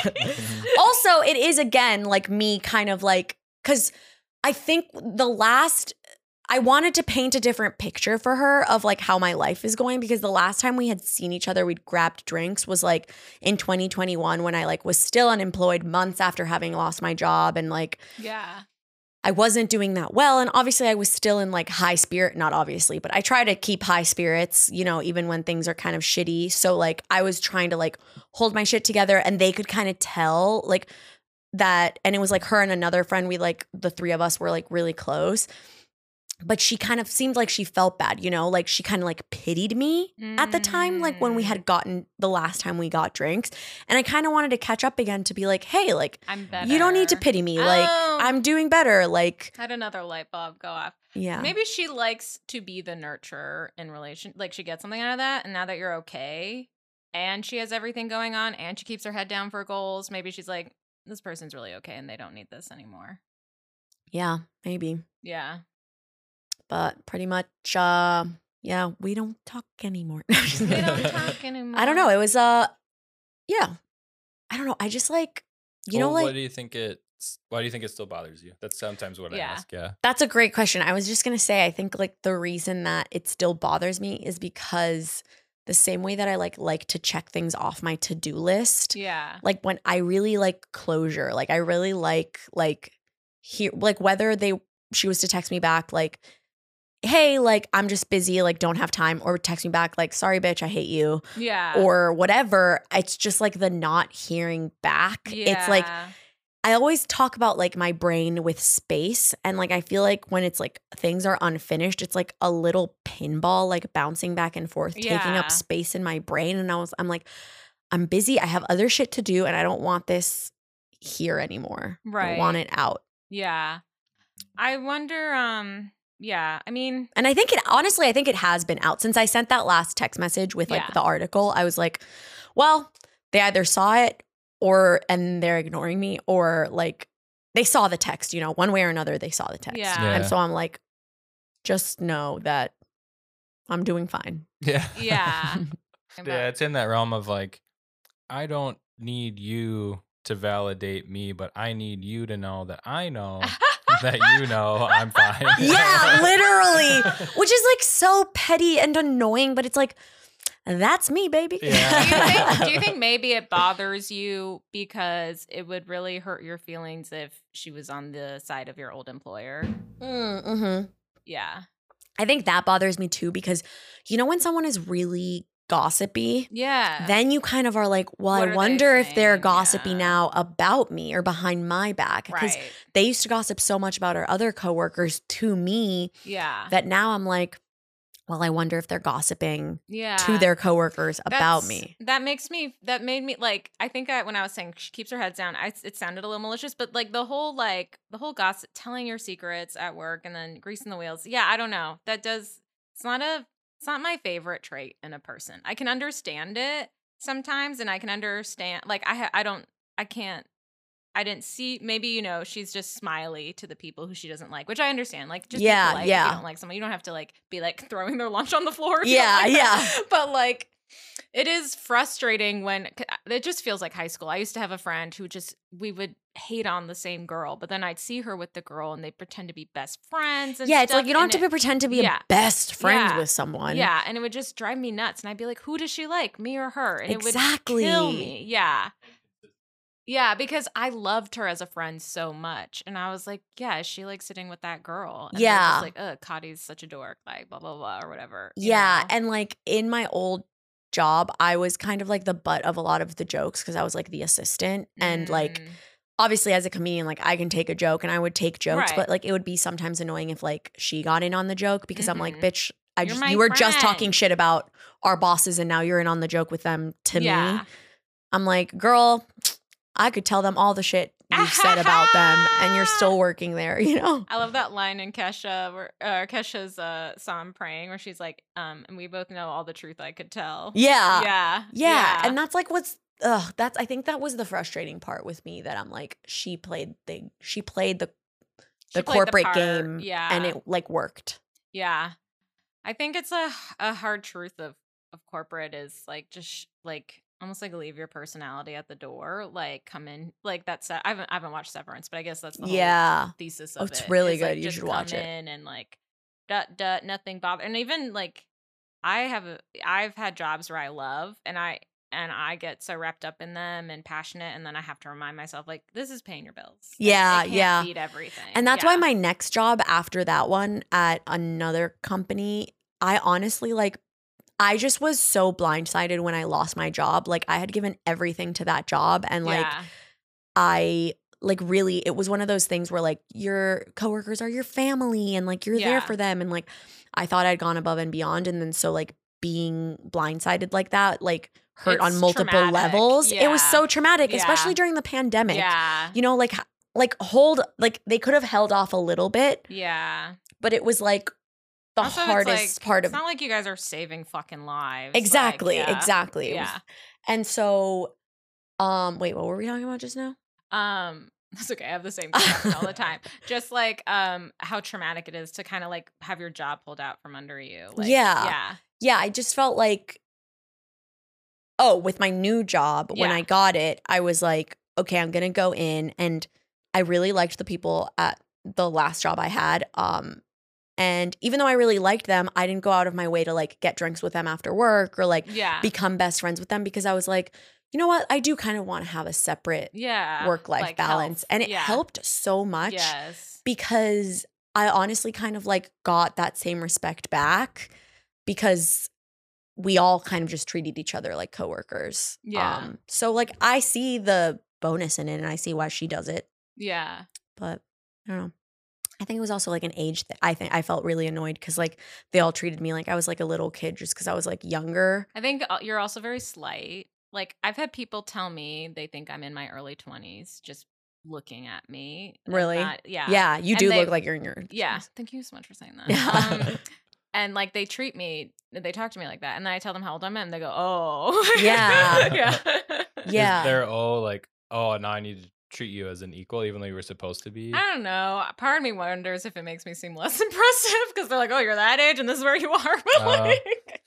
Speaker 4: also, it is again like me kind of like cuz I think the last I wanted to paint a different picture for her of like how my life is going because the last time we had seen each other we'd grabbed drinks was like in 2021 when I like was still unemployed months after having lost my job and like
Speaker 2: Yeah.
Speaker 4: I wasn't doing that well. And obviously, I was still in like high spirit, not obviously, but I try to keep high spirits, you know, even when things are kind of shitty. So, like, I was trying to like hold my shit together, and they could kind of tell, like, that. And it was like her and another friend, we like, the three of us were like really close. But she kind of seemed like she felt bad, you know, like she kind of like pitied me at the time, like when we
Speaker 2: Mm.
Speaker 4: had gotten the last time we got drinks. And I kind of wanted to catch up again to be like, hey, like,
Speaker 2: Mm, I'm better.
Speaker 4: you don't need to pity me. Like,
Speaker 2: Oh.
Speaker 4: I'm doing better. Like,
Speaker 2: Had another light bulb go off.
Speaker 4: yeah.
Speaker 2: Maybe she likes to be the nurturer in relation. Like she gets something out of that, and now that you're okay, and she has everything going on, and she keeps her head down for goals, maybe she's like, this person's really okay, and they don't need this anymore.
Speaker 4: Yeah, maybe.
Speaker 2: Yeah.
Speaker 4: But pretty much uh yeah, we don't talk anymore.
Speaker 2: We
Speaker 4: I
Speaker 2: don't talk anymore.
Speaker 4: don't know. It was uh yeah. I don't know. I just like you know
Speaker 3: Well,
Speaker 4: like
Speaker 3: Oh, what do you think it's why do you think it still bothers you? That's sometimes what I
Speaker 2: Yeah.
Speaker 3: ask. Yeah.
Speaker 4: that's a great question. I was just going to say I think like the reason that it still bothers me is because the same way that I like like to check things off my to-do list,
Speaker 2: Yeah.
Speaker 4: like when I really like closure, like I really like like hear like whether they she was to text me back like hey like I'm just busy like don't have time or text me back like sorry bitch I hate you
Speaker 2: Yeah.
Speaker 4: or whatever it's just like the not hearing back it's like
Speaker 2: Yeah.
Speaker 4: I always talk about like my brain with space and like I feel like when it's like things are unfinished it's like a little pinball like bouncing back and forth taking
Speaker 2: Yeah.
Speaker 4: up space in my brain and I was I'm like I'm busy I have other shit to do and I don't want this here anymore. I want
Speaker 2: Right.
Speaker 4: it out.
Speaker 2: Yeah. I wonder, um, yeah, I mean,
Speaker 4: And I think it honestly I think it has been out since I sent that last text message with like
Speaker 2: Yeah.
Speaker 4: the article. I was like, well, they either saw it or and they're ignoring me or like they saw the text, you know, one way or another they saw the text.
Speaker 2: Yeah.
Speaker 4: And so I'm like, just know that I'm doing fine.
Speaker 3: Yeah.
Speaker 2: yeah.
Speaker 3: yeah, it's in that realm of like, I don't need you to validate me, but I need you to know that I know that you know I'm fine.
Speaker 4: Yeah, literally. Which is like so petty and annoying, but it's like, that's me, baby.
Speaker 3: Yeah.
Speaker 2: do you think do you think maybe it bothers you because it would really hurt your feelings if she was on the side of your old employer?
Speaker 4: Mm, mhm.
Speaker 2: Yeah.
Speaker 4: I think that bothers me too because you know when someone is really gossipy,
Speaker 2: Yeah.
Speaker 4: then you kind of are like, well,
Speaker 2: What are
Speaker 4: I
Speaker 2: they
Speaker 4: wonder if they're
Speaker 2: saying?
Speaker 4: gossipy
Speaker 2: Yeah.
Speaker 4: now about me or behind my back because
Speaker 2: right.
Speaker 4: they used to gossip so much about our other coworkers to me
Speaker 2: Yeah.
Speaker 4: that now I'm like, well, I wonder if they're gossiping
Speaker 2: yeah.
Speaker 4: to their coworkers about
Speaker 2: That's-
Speaker 4: me.
Speaker 2: That makes me. That made me like. I think I, when I was saying she keeps her heads down, I, it sounded a little malicious. But like the whole like the whole gossip, telling your secrets at work, and then greasing the wheels. Yeah, I don't know. That does. It's not a. It's not my favorite trait in a person. I can understand it sometimes, and I can understand. Like I. ha- I don't. I can't. I didn't see. Maybe you know she's just smiley to the people who she doesn't like, which I understand. Like just be
Speaker 4: Yeah,
Speaker 2: polite. If
Speaker 4: yeah.
Speaker 2: you don't like someone, you don't have to like be like throwing their lunch on the floor. if you don't
Speaker 4: Yeah,
Speaker 2: like them. but like it is frustrating when uh, it just feels like high school. I used to have a friend who just we would hate on the same girl, but then I'd see her with the girl and they pretend to be best friends. And
Speaker 4: yeah, it's
Speaker 2: stuff,
Speaker 4: like you don't have
Speaker 2: and
Speaker 4: to be, pretend to be
Speaker 2: yeah.
Speaker 4: a best friend
Speaker 2: Yeah.
Speaker 4: with someone.
Speaker 2: it- Yeah, and it would just drive me nuts, and I'd be like, "Who does she like, me or her?" And
Speaker 4: Exactly.
Speaker 2: it would kill me. Yeah, yeah, because I loved her as a friend so much, and I was like, "Yeah, is she like sitting with that girl?" And they're
Speaker 4: Yeah.
Speaker 2: just like, "Ugh, Cotty's such a dork," like blah blah blah or whatever. you
Speaker 4: Yeah.
Speaker 2: know?
Speaker 4: And like in my old job, I was kind of like the butt of a lot of the jokes because I was like the assistant. And like
Speaker 2: Mm.
Speaker 4: obviously as a comedian, like I can take a joke and I would take jokes,
Speaker 2: Right.
Speaker 4: but like it would be sometimes annoying if like she got in on the joke because I'm like,
Speaker 2: Mhm.
Speaker 4: bitch, I
Speaker 2: You're
Speaker 4: just
Speaker 2: my
Speaker 4: you were just talking
Speaker 2: friend."
Speaker 4: shit about our bosses and now you're in on the joke with them to me.
Speaker 2: yeah.
Speaker 4: I'm like, girl, I could tell them all the shit you've said about them and you're still working there, you know?
Speaker 2: I love that line in Kesha, where, uh, Kesha's uh, song praying, where she's like, um, and we both know all the truth I could tell.
Speaker 4: Yeah. Yeah.
Speaker 2: yeah.
Speaker 4: And that's like what's ugh, that's I think that was the frustrating part with me that I'm like, she played the she played the
Speaker 2: She
Speaker 4: the
Speaker 2: played
Speaker 4: corporate
Speaker 2: part.
Speaker 4: game
Speaker 2: Yeah.
Speaker 4: and it like worked.
Speaker 2: yeah. I think it's a, a hard truth of, of corporate is like, just sh- like, almost like leave your personality at the door. Like, come in. Like, that's, I haven't, I haven't watched Severance, but I guess that's the whole
Speaker 4: Yeah.
Speaker 2: thesis
Speaker 4: Oh,
Speaker 2: of
Speaker 4: it's
Speaker 2: it,
Speaker 4: really
Speaker 2: is,
Speaker 4: good.
Speaker 2: Like,
Speaker 4: You
Speaker 2: just
Speaker 4: should watch
Speaker 2: come
Speaker 4: it.
Speaker 2: in and like, duh, duh, nothing bother. And even like, I have a, I've had jobs where I love and I and I get so wrapped up in them and passionate, and then I have to remind myself like, this is paying your bills. Like, it
Speaker 4: Yeah,
Speaker 2: can't
Speaker 4: yeah.
Speaker 2: feed everything.
Speaker 4: And that's
Speaker 2: Yeah.
Speaker 4: why my next job after that one at another company, I honestly like I just was so blindsided when I lost my job. Like I had given everything to that job and like
Speaker 2: Yeah.
Speaker 4: I like really it was one of those things where like your coworkers are your family and like you're there
Speaker 2: Yeah.
Speaker 4: for them and like I thought I'd gone above and beyond and then so like being blindsided like that like hurt on
Speaker 2: It's
Speaker 4: multiple
Speaker 2: traumatic.
Speaker 4: levels. It was
Speaker 2: Yeah.
Speaker 4: so traumatic,
Speaker 2: Yeah.
Speaker 4: especially during the pandemic.
Speaker 2: yeah,
Speaker 4: You know like h- like hold like they could have held off a little bit,
Speaker 2: yeah.
Speaker 4: but it was like the
Speaker 2: Also, it's,
Speaker 4: hardest
Speaker 2: like,
Speaker 4: part of
Speaker 2: It's not like you guys are saving fucking lives. like,
Speaker 4: Exactly,
Speaker 2: yeah.
Speaker 4: exactly. It was-
Speaker 2: Yeah.
Speaker 4: and so um wait, what were we talking about just now?
Speaker 2: Um, that's okay. I have the same thing happen all the time. Just like um, how traumatic it is to kind of like have your job pulled out from under you. Like,
Speaker 4: Yeah.
Speaker 2: yeah,
Speaker 4: yeah, I just felt like, oh, with my new job, when
Speaker 2: Yeah.
Speaker 4: I got it, I was like, okay, I'm gonna go in, and I really liked the people at the last job I had. Um, and even though I really liked them, I didn't go out of my way to like get drinks with them after work or like
Speaker 2: yeah,
Speaker 4: become best friends with them because I was like, you know what, I do kind of want to have a separate
Speaker 2: yeah.
Speaker 4: work life
Speaker 2: like
Speaker 4: balance,
Speaker 2: health.
Speaker 4: and it
Speaker 2: Yeah.
Speaker 4: helped so much
Speaker 2: Yes.
Speaker 4: because I honestly kind of like got that same respect back because we all kind of just treated each other like coworkers. Um,
Speaker 2: Yeah.
Speaker 4: so like I see the bonus in it and I see why she does it,
Speaker 2: Yeah.
Speaker 4: but I don't know. I think it was also like an age that I think I felt really annoyed because like they all treated me like I was like a little kid just because I was like younger.
Speaker 2: I think uh, you're also very slight. Like I've had people tell me they think I'm in my early 20s just looking at me. and
Speaker 4: Really?
Speaker 2: not- yeah.
Speaker 4: Yeah, you
Speaker 2: And
Speaker 4: do
Speaker 2: they-
Speaker 4: look like you're in your
Speaker 2: Yeah. Thank you so much for saying that.
Speaker 4: Yeah.
Speaker 2: Um, and like they treat me, they talk to me like that, and then I tell them how old I'm, and they go, "Oh,
Speaker 4: Yeah.
Speaker 2: yeah."
Speaker 4: Yeah.
Speaker 3: they're all like, oh, now I need to treat you as an equal, even though you were supposed to be.
Speaker 2: I don't know. Part of me wonders if it makes me seem less impressive because they're like, "Oh, you're that age, and this is where you are." But
Speaker 3: Oh.
Speaker 2: like,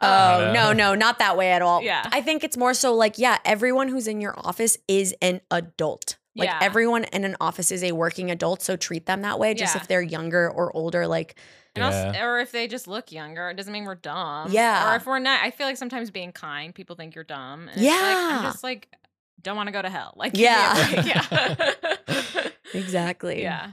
Speaker 4: Oh
Speaker 3: Uh,
Speaker 4: no, no, not that way at all.
Speaker 2: Yeah.
Speaker 4: I think it's more so like, yeah, everyone who's in your office is an adult. Like
Speaker 2: Yeah.
Speaker 4: everyone in an office is a working adult, so treat them that way. Just
Speaker 2: Yeah.
Speaker 4: if they're younger or older, like
Speaker 2: and also,
Speaker 3: Yeah.
Speaker 2: or if they just look younger, it doesn't mean we're dumb.
Speaker 4: Yeah.
Speaker 2: Or if we're not, I feel like sometimes being kind, people think you're dumb. And yeah. It's like, I'm
Speaker 4: Yeah.
Speaker 2: just like, don't want to go to hell. Like,
Speaker 4: Yeah.
Speaker 2: give me a break. yeah.
Speaker 4: exactly.
Speaker 2: yeah.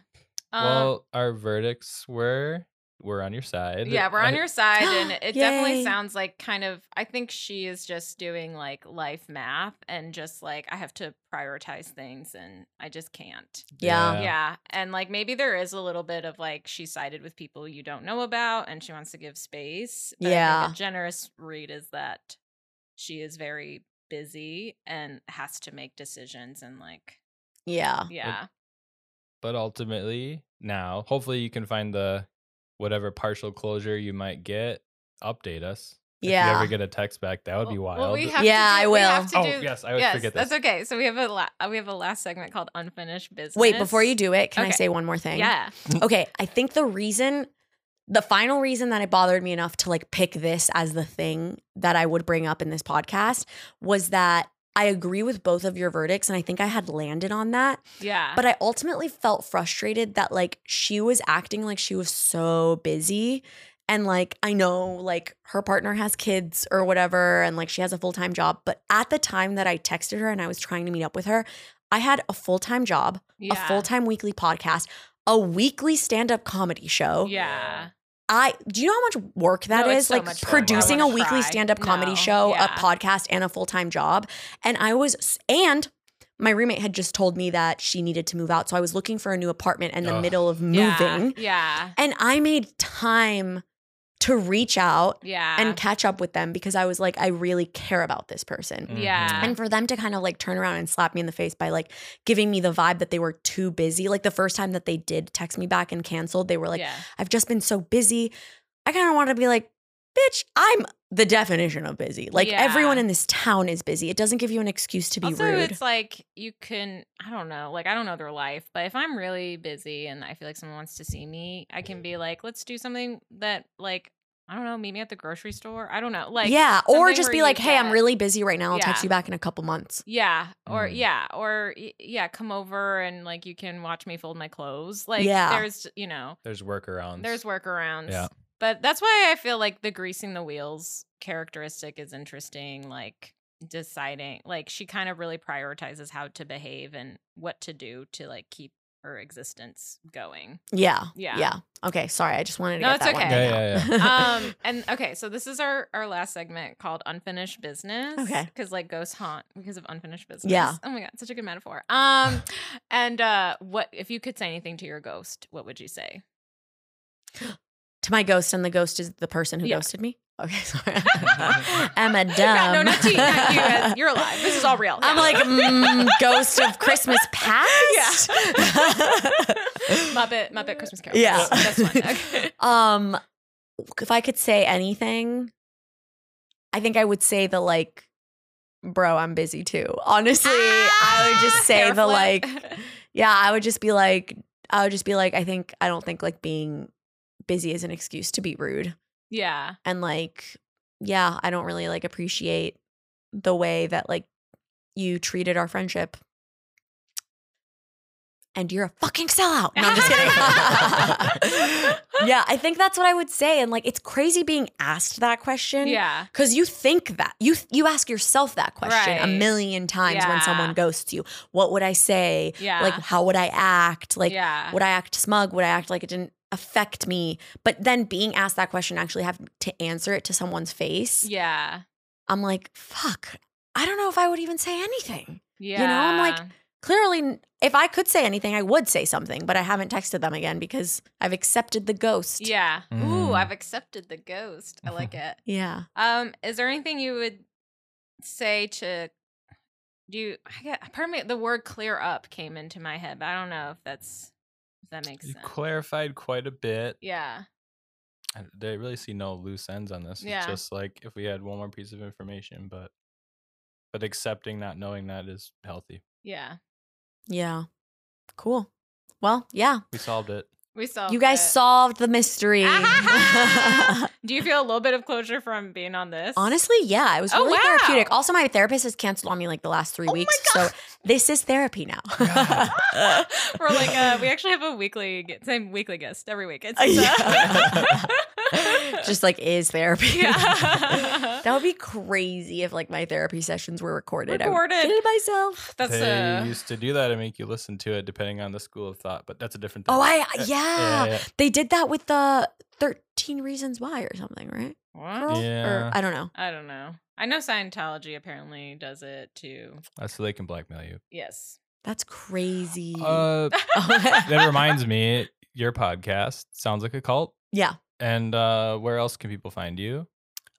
Speaker 2: Um,
Speaker 3: well, our verdicts were we're on your side.
Speaker 2: Yeah, we're on
Speaker 3: I-
Speaker 2: your side, and it
Speaker 4: Yay.
Speaker 2: definitely sounds like kind of. I think she is just doing like life math and just like I have to prioritize things, and I just can't.
Speaker 4: Yeah.
Speaker 2: Yeah. and like maybe there is a little bit of like she sided with people you don't know about, and she wants to give space. I think
Speaker 4: Yeah.
Speaker 2: a generous read is that she is very busy and has to make decisions, and like
Speaker 4: Yeah.
Speaker 2: yeah,
Speaker 3: But ultimately, now hopefully you can find the whatever partial closure you might get. Update us. If you
Speaker 4: Yeah.
Speaker 3: ever get a text back, that would be
Speaker 2: Well,
Speaker 3: wild.
Speaker 2: well, we have to
Speaker 4: Yeah,
Speaker 2: do-
Speaker 4: I
Speaker 2: we
Speaker 4: will.
Speaker 2: have to
Speaker 3: Oh,
Speaker 2: do-
Speaker 3: yes, I always forget this.
Speaker 2: That's okay. So we have a la- uh, we have a last segment called unfinished business.
Speaker 4: Wait, before you do it, can I
Speaker 2: Okay.
Speaker 4: say one more thing?
Speaker 2: Yeah.
Speaker 3: Mm.
Speaker 4: Okay. I think the reason the final reason that it bothered me enough to like pick this as the thing that I would bring up in this podcast was that I agree with both of your verdicts and I think I had landed on that.
Speaker 2: Yeah.
Speaker 4: But I ultimately felt frustrated that like she was acting like she was so busy. And like, I know like her partner has kids or whatever, and like she has a full time job. But at the time that I texted her and I was trying to meet up with her, I had a full time job,
Speaker 2: yeah.
Speaker 4: a full time weekly podcast, a weekly stand up comedy show.
Speaker 2: Yeah.
Speaker 4: I do you know how much work that
Speaker 2: No,
Speaker 4: is?
Speaker 2: it's so
Speaker 4: like
Speaker 2: much
Speaker 3: work.
Speaker 4: producing
Speaker 3: I
Speaker 4: a
Speaker 3: wanna
Speaker 4: weekly
Speaker 2: try.
Speaker 4: stand-up comedy
Speaker 2: No,
Speaker 4: show, a
Speaker 2: yeah.
Speaker 4: podcast, and a full-time job. And I was and my roommate had just told me that she needed to move out. So I was looking for a new apartment in the
Speaker 3: Ugh.
Speaker 4: middle of
Speaker 2: Yeah.
Speaker 4: moving.
Speaker 2: Yeah.
Speaker 4: And I made time to reach out
Speaker 2: Yeah.
Speaker 4: and catch up with them because I was like, I really care about this person.
Speaker 3: Mhm.
Speaker 2: yeah.
Speaker 4: And for them to kind of like turn around and slap me in the face by like giving me the vibe that they were too busy. Like the first time that they did text me back and canceled, they were like,
Speaker 2: yeah.
Speaker 4: I've just been so busy. I kind of want to be like, bitch, I'm the definition of busy. Like
Speaker 2: Yeah.
Speaker 4: everyone in this town is busy. It doesn't give you an excuse to be
Speaker 2: also,
Speaker 4: rude.
Speaker 2: it's like you can, I don't know, like I don't know their life, but if I'm really busy and I feel like someone wants to see me, I can be like, let's do something that, like, I don't know, meet me at the grocery store. I don't know. Like,
Speaker 4: yeah. Or
Speaker 2: something
Speaker 4: just
Speaker 2: where
Speaker 4: be
Speaker 2: you
Speaker 4: like, hey, I'm
Speaker 2: get-
Speaker 4: really busy right now. I'll text
Speaker 2: Yeah.
Speaker 4: you back in a couple months.
Speaker 2: Yeah, or
Speaker 3: Mm.
Speaker 2: yeah, or y- yeah, come over and like you can watch me fold my clothes. Like
Speaker 4: Yeah.
Speaker 2: there's, you know,
Speaker 3: There's workarounds.
Speaker 2: there's workarounds.
Speaker 3: Yeah.
Speaker 2: But that's why I feel like the greasing the wheels characteristic is interesting like deciding like she kind of really prioritizes how to behave and what to do to like keep her existence going.
Speaker 4: Yeah.
Speaker 2: Yeah.
Speaker 4: Yeah. Okay. Sorry. I just wanted to
Speaker 2: No,
Speaker 4: get
Speaker 2: it's
Speaker 4: that one.
Speaker 2: okay.
Speaker 4: thing
Speaker 3: Yeah,
Speaker 4: out.
Speaker 2: um and okay so this is our our last segment called unfinished business
Speaker 4: Okay.
Speaker 2: because like ghosts haunt because of unfinished business
Speaker 4: Yeah.
Speaker 2: oh my god such a good metaphor um and uh what if you could say anything to your ghost what would you say
Speaker 4: to my ghost, and the ghost is the person who
Speaker 2: Yeah.
Speaker 4: ghosted me. Okay, sorry. I'm a dumb.
Speaker 2: no not to you not you as- you're alive this is all real
Speaker 4: I'm
Speaker 2: Yeah.
Speaker 4: like mm, ghost of Christmas past.
Speaker 2: muppet muppet christmas carol
Speaker 4: Yeah.
Speaker 2: that's that's one okay
Speaker 4: um, if I could say anything, I think I would say the like, bro, I'm busy too. Honestly, I would just say
Speaker 2: Ah, Hair
Speaker 4: the
Speaker 2: flip.
Speaker 4: like, yeah, I would just be like, I would just be like, I think I don't think like being busy is an excuse to be rude.
Speaker 2: yeah
Speaker 4: and like yeah i don't really like appreciate the way that like you treated our friendship and you're a fucking sellout no i'm just kidding yeah i think that's what i would say and like it's crazy being asked that question
Speaker 2: yeah
Speaker 4: because you think that you you ask yourself that question a
Speaker 2: Right.
Speaker 4: million times when
Speaker 2: Yeah.
Speaker 4: someone ghosts you what would i say
Speaker 2: yeah
Speaker 4: like how would i act like
Speaker 2: yeah
Speaker 4: would I act smug? Would I act like it didn't affect me? But then being asked that question, actually having to answer it to someone's face,
Speaker 2: yeah
Speaker 4: I'm like, fuck, I don't know if I would even say anything.
Speaker 2: yeah
Speaker 4: know, I'm like, Clearly, if I could say anything, I would say something, but I haven't texted them again because I've accepted the ghost.
Speaker 2: yeah ooh
Speaker 3: Mm.
Speaker 2: i've accepted the ghost i like it
Speaker 4: Yeah.
Speaker 2: Um, is there anything you would say to do you I get pardon me the word clear up came into my head, but I don't know if that's if that makes
Speaker 3: You
Speaker 2: sense.
Speaker 3: clarified quite a bit.
Speaker 2: yeah.
Speaker 3: I- They really see no loose ends on this.
Speaker 2: Yeah.
Speaker 3: It's just like if we had one more piece of information, but but accepting not knowing that is healthy.
Speaker 2: Yeah.
Speaker 4: Yeah. Cool. Well, yeah.
Speaker 3: We solved it.
Speaker 2: We saw
Speaker 4: you guys solved the mystery.
Speaker 2: Ah-ha-ha! Do you feel a little bit of closure from being on this?
Speaker 4: Honestly, yeah, it was
Speaker 2: Oh,
Speaker 4: really
Speaker 2: wow.
Speaker 4: therapeutic. Also, my therapist has canceled on me like the last three
Speaker 2: Oh my
Speaker 4: weeks. So this is therapy now.
Speaker 2: We're like uh, we actually have a weekly gu- same weekly guest every week. It's
Speaker 4: Uh,
Speaker 2: uh,
Speaker 4: just like is therapy.
Speaker 2: Yeah.
Speaker 4: that would be crazy if like my therapy sessions were recorded. I
Speaker 2: Recorded.
Speaker 4: would kill myself.
Speaker 2: that's
Speaker 3: they
Speaker 2: uh,
Speaker 3: used to do that and make you listen to it depending on the school of thought, but that's a different thing.
Speaker 4: Oh, I
Speaker 3: Uh,
Speaker 4: yeah.
Speaker 3: yeah, yeah.
Speaker 4: They did that with the 13 reasons why or something, right?
Speaker 2: what?
Speaker 4: Girl?
Speaker 3: Yeah.
Speaker 4: Or I don't know.
Speaker 2: I don't know. I know Scientology apparently does it too.
Speaker 3: That's so they can blackmail you.
Speaker 2: Yes.
Speaker 4: That's crazy.
Speaker 3: Uh, that reminds me, your podcast sounds like a cult.
Speaker 4: yeah.
Speaker 3: And uh, where else can people find you?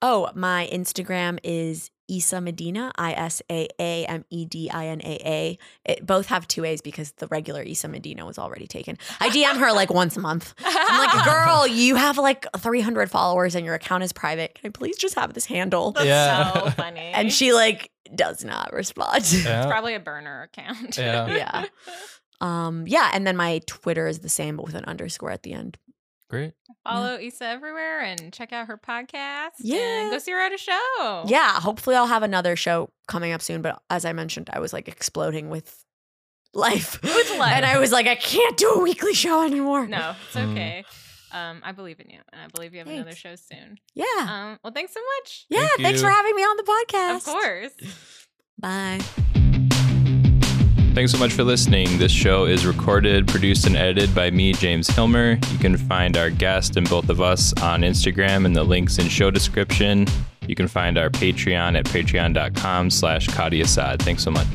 Speaker 4: Oh, my Instagram is Issa Medina, I S A A M E D I N A A. It Both have two A's because the regular Issa Medina was already taken. I DM her like once a month. I'm like, girl, you have like 300 followers and your account is private. Can I please just have this handle?
Speaker 2: That's
Speaker 3: Yeah.
Speaker 2: so funny.
Speaker 4: And she like does not respond.
Speaker 2: it's
Speaker 3: Yeah.
Speaker 2: probably a burner account.
Speaker 3: Uh, Yeah.
Speaker 4: Yeah. Um, yeah, and then my Twitter is the same but with an underscore at the end.
Speaker 3: Great.
Speaker 2: Follow Issa everywhere and check out her podcast.
Speaker 4: Mm. Yeah.
Speaker 2: And go see her at a show.
Speaker 4: Yeah, hopefully I'll have another show coming up soon, but as I mentioned, I was like exploding with life. With
Speaker 2: life.
Speaker 4: And I was like I can't do a weekly show anymore.
Speaker 2: No, it's
Speaker 3: Mm.
Speaker 2: okay. Um, I believe in you, and I believe you have another
Speaker 4: Thanks.
Speaker 2: show soon.
Speaker 4: Yeah.
Speaker 2: Um, well, thanks so much.
Speaker 4: yeah,
Speaker 3: Thank
Speaker 4: thanks
Speaker 3: you.
Speaker 4: for having me on the podcast.
Speaker 2: Of course.
Speaker 4: Bye.
Speaker 3: Thanks so much for listening. This show is recorded, produced, and edited by me, James Hilmer. You can find our guest and both of us on Instagram and the links in show description. You can find our Patreon at patreon.com slash Kadi Assad. Thanks so much.